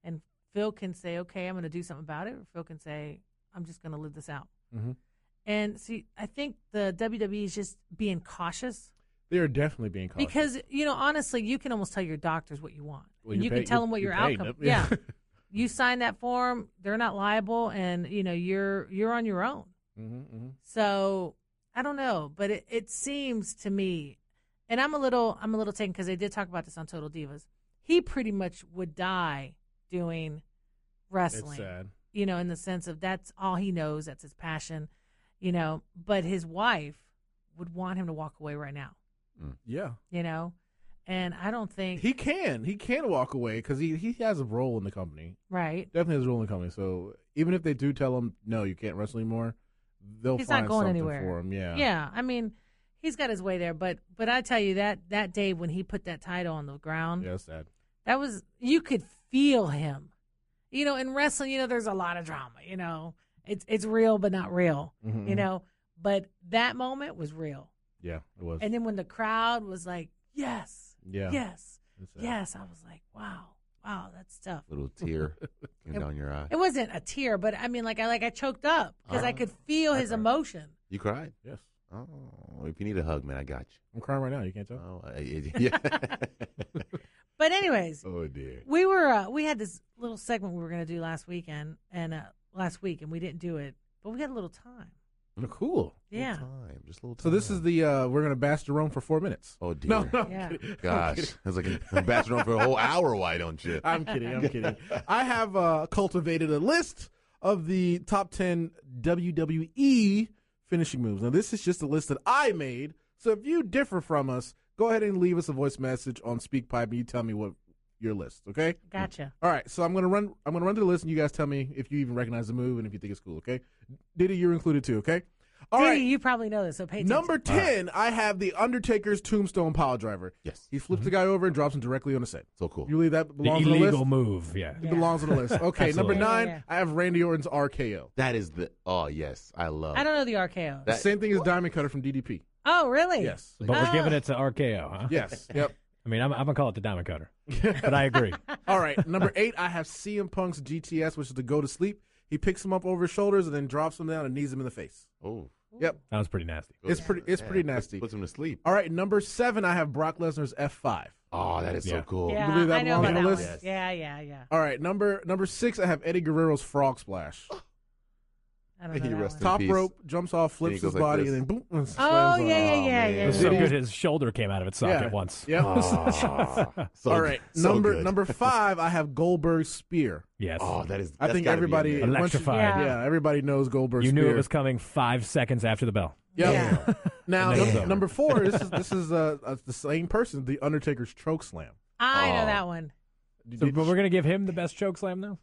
Speaker 2: and Phil can say, "Okay, I'm going to do something about it," or Phil can say, "I'm just going to live this out."
Speaker 7: Mhm.
Speaker 2: And see, I think the WWE is just being cautious.
Speaker 7: They are definitely being cautious.
Speaker 2: Because you know, honestly, you can almost tell your doctors what you want.
Speaker 7: Well,
Speaker 2: and
Speaker 7: you're
Speaker 2: you
Speaker 7: pay-
Speaker 2: can tell
Speaker 7: you're-
Speaker 2: them what your
Speaker 7: you're paying
Speaker 2: outcome.
Speaker 7: them.
Speaker 2: Yeah, you sign that form; they're not liable, and you know you're you're on your own.
Speaker 7: Mhm, mhm.
Speaker 2: So I don't know, but it, it seems to me, and I'm a little I'm a little taken because they did talk about this on Total Divas. He pretty much would die doing
Speaker 7: It's
Speaker 2: wrestling
Speaker 7: sad.
Speaker 2: you know, in the sense of that's all he knows, that's his passion, you know. But his wife would want him to walk away right now,
Speaker 7: Yeah.
Speaker 2: you know. And I don't think
Speaker 7: He can. He can walk away because he, he has a role in the company.
Speaker 2: right.
Speaker 7: definitely has a role in the company. So even if they do tell him no, you can't wrestle anymore, they'll
Speaker 2: He's not
Speaker 7: find
Speaker 2: going
Speaker 7: something
Speaker 2: anywhere.
Speaker 7: for him. Yeah,
Speaker 2: Yeah, I mean, he's got his way there, but but I tell you that that day when he put that title on the ground,
Speaker 7: yeah, that's sad.
Speaker 2: that was you could feel him. You know, in wrestling, you know, there's a lot of drama. You know, it's it's real but not real.
Speaker 7: Mhm,
Speaker 2: You
Speaker 7: mhm.
Speaker 2: know, but that moment was real.
Speaker 7: Yeah, it was.
Speaker 2: And then when the crowd was like, yes,
Speaker 7: yeah,
Speaker 2: yes,
Speaker 7: it's sad.
Speaker 2: Yes, I was like, wow, wow, that's tough.
Speaker 5: Little tear came down your eye.
Speaker 2: It wasn't a tear, but I mean, like I like I choked up because
Speaker 7: Uh-huh.
Speaker 2: I could feel his emotion.
Speaker 5: You cried.
Speaker 7: Yes,
Speaker 5: Oh, if you need a hug, man, I got you.
Speaker 7: I'm crying right now. You can't tell.
Speaker 5: Oh, I, I- yeah.
Speaker 2: But anyways,
Speaker 5: oh dear.
Speaker 2: we were uh, we had this little segment we were gonna do last weekend and uh, last week, and we didn't do it, but we had a little time.
Speaker 7: cool.
Speaker 2: Yeah,
Speaker 5: Little time, just a little. Time.
Speaker 7: So
Speaker 2: Oh,
Speaker 7: this is the uh we're gonna bash Jerome for four minutes.
Speaker 5: Oh dear.
Speaker 7: No, no, I'm
Speaker 2: Yeah.
Speaker 7: kidding.
Speaker 5: Gosh, I was like I'm bashing on for a whole hour. Why don't you?
Speaker 7: I'm kidding. I'm kidding. I have uh, cultivated a list of the top 10 WWE E finishing moves. Now, this is just a list that I made. So if you differ from us, go ahead and leave us a voice message on SpeakPipe and you tell me what your list, okay?
Speaker 2: Gotcha.
Speaker 7: All right, so I'm gonna run. I'm gonna run through the list, and you guys tell me if you even recognize the move and if you think it's cool. Okay, Diddy, you're included too. Okay. All right.
Speaker 2: Diddy, you probably know this, so pay attention.
Speaker 7: Number ten, I have the Undertaker's Tombstone Pile Driver.
Speaker 5: Yes.
Speaker 7: he flips the guy over and drops him directly on the set.
Speaker 5: So cool.
Speaker 7: You believe that
Speaker 6: The
Speaker 7: belongs on the
Speaker 6: illegal
Speaker 7: list?
Speaker 6: move. Yeah.
Speaker 7: It belongs on the list. Okay, number
Speaker 6: Absolutely.
Speaker 7: nine,
Speaker 2: Yeah, yeah.
Speaker 7: I have Randy Orton's RKO.
Speaker 5: That is the oh yes, I love.
Speaker 2: I don't know the RKO.
Speaker 5: That-
Speaker 7: Same thing as Diamond Cutter from DDP.
Speaker 2: oh, really?
Speaker 7: Yes.
Speaker 6: But we're
Speaker 2: Ah.
Speaker 6: giving it to RKO, huh?
Speaker 7: Yes. Yep.
Speaker 6: I mean, I'm, I'm gonna call it the diamond cutter, but I agree.
Speaker 7: All right, number eight, I have CM Punk's GTS, which is to go to sleep. He picks him up over his shoulders and then drops him down and knees him in the face.
Speaker 5: Oh,
Speaker 7: Yep,
Speaker 6: That was pretty nasty.
Speaker 5: goes
Speaker 7: It's
Speaker 5: for
Speaker 7: pretty-
Speaker 5: it.
Speaker 7: it's pretty nasty.
Speaker 5: Puts him to sleep.
Speaker 7: All right, number seven, I have Brock Lesnar's F5.
Speaker 5: Oh, that is
Speaker 6: Yeah.
Speaker 5: so cool.
Speaker 2: Yeah,
Speaker 7: believe that
Speaker 2: I know
Speaker 7: belongs
Speaker 2: about
Speaker 7: on
Speaker 2: that
Speaker 7: the
Speaker 2: one.
Speaker 7: list?
Speaker 5: Yes.
Speaker 2: Yeah, yeah, yeah.
Speaker 7: All right, number number six, I have Eddie Guerrero's Frog Splash.
Speaker 2: I don't know.
Speaker 5: He
Speaker 2: that
Speaker 5: rest
Speaker 2: one.
Speaker 5: in
Speaker 7: Top
Speaker 5: peace.
Speaker 7: rope, jumps off,
Speaker 5: And he
Speaker 7: flips
Speaker 5: goes
Speaker 7: his
Speaker 5: like
Speaker 7: body,
Speaker 5: this.
Speaker 7: and then boom. and
Speaker 2: Oh,
Speaker 7: slams on.
Speaker 2: yeah, yeah,
Speaker 5: Oh,
Speaker 2: yeah,
Speaker 5: man.
Speaker 2: yeah.
Speaker 6: It was so
Speaker 7: Diddy-
Speaker 6: good his shoulder came out of its socket
Speaker 7: Yeah.
Speaker 6: once.
Speaker 7: Yep.
Speaker 5: Ah, so
Speaker 7: All
Speaker 5: good.
Speaker 7: right,
Speaker 5: So
Speaker 7: number
Speaker 5: good.
Speaker 7: number five, I have Goldberg's Spear.
Speaker 6: Yes.
Speaker 5: Oh, that is.
Speaker 7: I
Speaker 5: that's
Speaker 7: think
Speaker 5: gotta be in
Speaker 7: everybody
Speaker 5: there.
Speaker 6: Ele-
Speaker 7: once you-
Speaker 6: Electrified.
Speaker 7: Yeah.
Speaker 2: Yeah.
Speaker 7: everybody knows Goldberg's
Speaker 6: you
Speaker 7: Spear.
Speaker 6: knew it was coming five seconds after the bell.
Speaker 7: Yep.
Speaker 2: Yeah.
Speaker 7: Now
Speaker 6: And then it was
Speaker 7: number,
Speaker 6: over.
Speaker 7: number four, this is this is uh, uh, the same person, the Undertaker's choke slam.
Speaker 2: I know
Speaker 5: Oh.
Speaker 2: that one.
Speaker 6: So, but we're gonna give him the best choke slam though.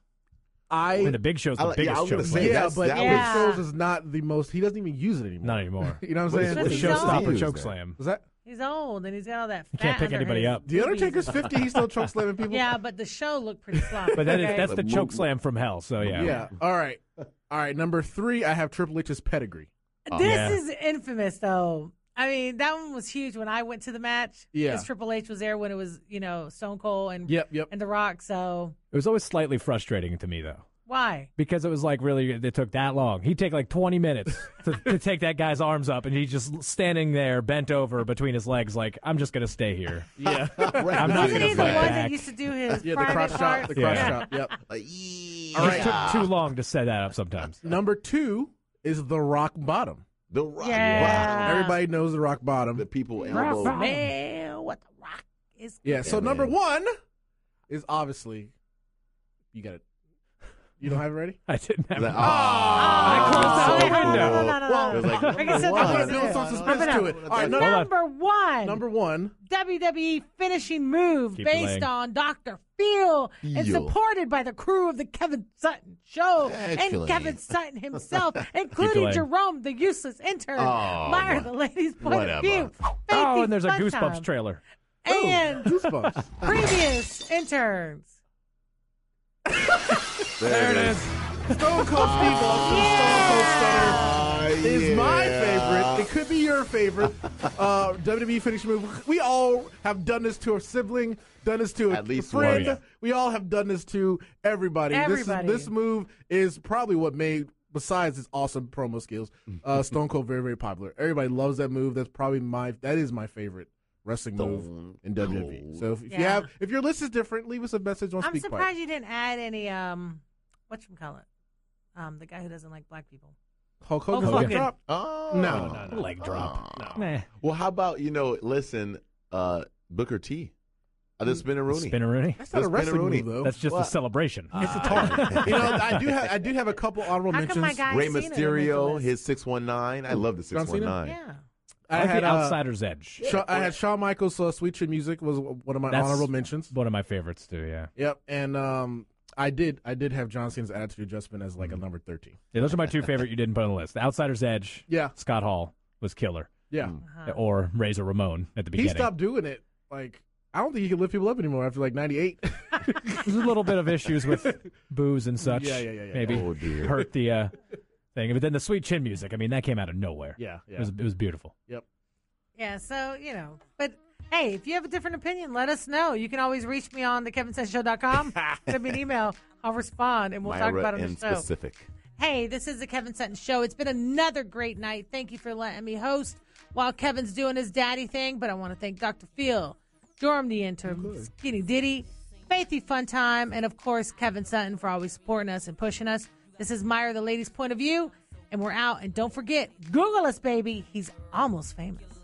Speaker 6: I mean,
Speaker 7: I
Speaker 6: the Big Show's the
Speaker 5: I like- yeah,
Speaker 6: biggest
Speaker 5: I was
Speaker 6: choke
Speaker 5: gonna
Speaker 6: slam.
Speaker 5: say
Speaker 7: yeah,
Speaker 5: that's-
Speaker 7: but
Speaker 5: that
Speaker 7: Big
Speaker 2: was-
Speaker 7: Shows is not the most. He doesn't even use it anymore.
Speaker 6: Not anymore.
Speaker 7: You know what
Speaker 5: What
Speaker 7: I'm
Speaker 5: is
Speaker 7: saying?
Speaker 5: with
Speaker 6: the
Speaker 2: He's old.
Speaker 6: showstopper
Speaker 5: He's
Speaker 6: choke
Speaker 5: old.
Speaker 6: slam.
Speaker 7: Is that
Speaker 2: He's old and he's got all that fat.
Speaker 6: can't pick
Speaker 2: under
Speaker 6: anybody
Speaker 2: his
Speaker 6: up.
Speaker 7: the Undertaker's
Speaker 2: boobies.
Speaker 7: fifty? He's still choke slamming people.
Speaker 2: Yeah, but the show looked pretty sloppy.
Speaker 6: But that is
Speaker 2: okay?
Speaker 6: that's the
Speaker 5: Like,
Speaker 6: choke
Speaker 5: mo-
Speaker 6: slam from hell. So yeah.
Speaker 7: yeah. All right, all right. Number three, I have Triple H's pedigree.
Speaker 2: This
Speaker 6: Yeah.
Speaker 2: is infamous, though. I mean, that one was huge when I went to the match.
Speaker 7: Yeah.
Speaker 2: because Triple H was there when it was you know Stone Cold and
Speaker 7: Yep, yep.
Speaker 2: and The Rock. So
Speaker 6: It was always slightly frustrating to me though.
Speaker 2: why?
Speaker 6: Because it was like really, it took that long. He'd take like 20 minutes to, to take that guy's arms up, and he's just standing there, bent over between his legs, like, I'm just going to stay here.
Speaker 7: Yeah,
Speaker 6: I'm not
Speaker 2: Isn't he
Speaker 6: gonna
Speaker 2: the
Speaker 6: fight
Speaker 2: one
Speaker 6: back.
Speaker 2: that used to do his
Speaker 7: yeah. The
Speaker 2: private
Speaker 7: cross
Speaker 2: parts?
Speaker 7: shot. The cross
Speaker 6: Yeah.
Speaker 7: shot. Yep.
Speaker 5: Like,
Speaker 6: It
Speaker 5: yeah.
Speaker 6: took too long to set that up sometimes.
Speaker 7: Number two is the Rock Bottom.
Speaker 5: The rock.
Speaker 2: Yeah.
Speaker 5: Wow.
Speaker 7: Everybody knows the Rock Bottom.
Speaker 5: The people
Speaker 2: Rock
Speaker 5: elbow.
Speaker 2: man, what the rock is?
Speaker 7: Yeah. So
Speaker 5: Yeah,
Speaker 7: number
Speaker 5: man.
Speaker 7: one is obviously you got it. You don't have it ready.
Speaker 6: I didn't have
Speaker 5: Like,
Speaker 6: it.
Speaker 2: Oh,
Speaker 5: ah,
Speaker 6: I closed
Speaker 5: so
Speaker 6: the
Speaker 5: cool.
Speaker 6: window.
Speaker 2: No, no, no, no,
Speaker 5: It was
Speaker 2: no.
Speaker 5: like,
Speaker 2: I guess
Speaker 5: number
Speaker 2: it's-
Speaker 7: I'm
Speaker 2: okay,
Speaker 7: gonna
Speaker 5: one.
Speaker 2: so
Speaker 7: build some suspense
Speaker 2: Open up.
Speaker 7: to it. All right,
Speaker 6: Hold on.
Speaker 7: number,
Speaker 2: Number one,
Speaker 7: number one.
Speaker 2: WWE E finishing move
Speaker 6: Keep
Speaker 2: based
Speaker 6: delaying.
Speaker 2: on Dr. Phil and
Speaker 5: Phil.
Speaker 2: supported by the crew of the Kevin Sutton Show and
Speaker 5: Actually.
Speaker 2: Kevin Sutton himself, including
Speaker 6: delaying.
Speaker 2: Jerome, the useless intern,
Speaker 5: Oh,
Speaker 2: Myra,
Speaker 5: wha-
Speaker 2: the ladies' point
Speaker 5: whatever.
Speaker 2: of view,
Speaker 6: Oh,
Speaker 2: Faithy
Speaker 6: and there's a
Speaker 2: Fun
Speaker 6: Goosebumps
Speaker 2: Time,
Speaker 6: trailer.
Speaker 2: and
Speaker 7: Goosebumps.
Speaker 2: previous interns.
Speaker 5: There it is. Oh,
Speaker 7: Stone Cold Steve Austin, Stone Cold Stunner is my favorite. It could be your favorite. Uh, WWE finish move. We all have done this to a sibling, done this to a
Speaker 5: At least Oh,
Speaker 7: friend.
Speaker 5: one.
Speaker 7: We all have done this to everybody.
Speaker 2: Everybody.
Speaker 7: This, is, this move is probably what made, besides his awesome promo skills, uh, Stone Cold very, very popular. Everybody loves that move. That's probably my that is my favorite wrestling move
Speaker 5: Stone
Speaker 7: in WWE.
Speaker 5: Cold.
Speaker 7: So if, if you
Speaker 2: Yeah.
Speaker 7: have if your list is different, leave us a message on
Speaker 2: I'm
Speaker 7: SpeakPipe.
Speaker 2: surprised you didn't add any, um, whatchamacallit? Um, the guy who doesn't like black people.
Speaker 7: Hulk Hogan's
Speaker 2: Hulk
Speaker 7: leg
Speaker 2: Hogan.
Speaker 7: drop.
Speaker 5: Oh.
Speaker 7: No, no,
Speaker 6: Leg drop.
Speaker 5: Oh.
Speaker 6: Nah.
Speaker 5: Well, how about, you know, listen, uh, Booker T. Uh, the Spinneroonie.
Speaker 6: Spinneroonie.
Speaker 7: That's not
Speaker 5: That's
Speaker 7: a wrestling
Speaker 5: Pepperoni.
Speaker 7: move, though.
Speaker 6: That's just a
Speaker 5: What?
Speaker 6: celebration.
Speaker 7: Oh, It's a tar. you know, I do have I do have a couple honorable
Speaker 2: How come
Speaker 7: mentions.
Speaker 2: my guy
Speaker 5: Ray
Speaker 2: Cena didn't make the
Speaker 5: Mysterio,
Speaker 2: list?
Speaker 5: his 619. I love the
Speaker 7: John Cena?
Speaker 5: 619.
Speaker 2: yeah.
Speaker 7: I
Speaker 6: like
Speaker 7: had
Speaker 6: the
Speaker 7: uh,
Speaker 6: Outsider's Edge.
Speaker 7: Sha- I had Shawn Michaels' uh, "Sweet Chin Music" was one of my
Speaker 6: That's-
Speaker 7: honorable mentions.
Speaker 6: One of my favorites, too, yeah.
Speaker 7: Yep, and um, I did I did have John Cena's attitude adjustment as like a number thirteen.
Speaker 6: Yeah, those are my two favorite you didn't put on the list. The Outsider's Edge.
Speaker 7: Yeah.
Speaker 6: Scott Hall was killer.
Speaker 7: Yeah,
Speaker 6: Or Razor Ramon at the
Speaker 7: he
Speaker 6: beginning.
Speaker 7: stopped doing it. Like I don't think he could lift people up anymore after like ninety eight.
Speaker 6: There's a little bit of issues with booze and such.
Speaker 7: Yeah, yeah, yeah, yeah.
Speaker 6: Maybe
Speaker 5: Oh, dear.
Speaker 6: hurt the uh, thing. But then the sweet chin music. I mean, that came out of nowhere.
Speaker 7: yeah, yeah.
Speaker 6: It was, it was beautiful.
Speaker 2: Yeah, so, you know, but hey, if you have a different opinion, let us know. You can always reach me on thekevinsentonshow.com. Send me an email. I'll respond and we'll talk
Speaker 5: Myra
Speaker 2: about it on
Speaker 5: in
Speaker 2: the show.
Speaker 5: specific.
Speaker 2: Hey, this is the Kevin Sutton Show. It's been another great night. Thank you for letting me host while Kevin's doing his daddy thing. But I want to thank Dr. Phil, Jorm the Interim, Skinny Diddy, Faithy Fun Time, and of course, Kevin Sutton for always supporting us and pushing us. This is Myra, the ladies' point of view, and we're out. And don't forget, Google us, baby. He's almost famous.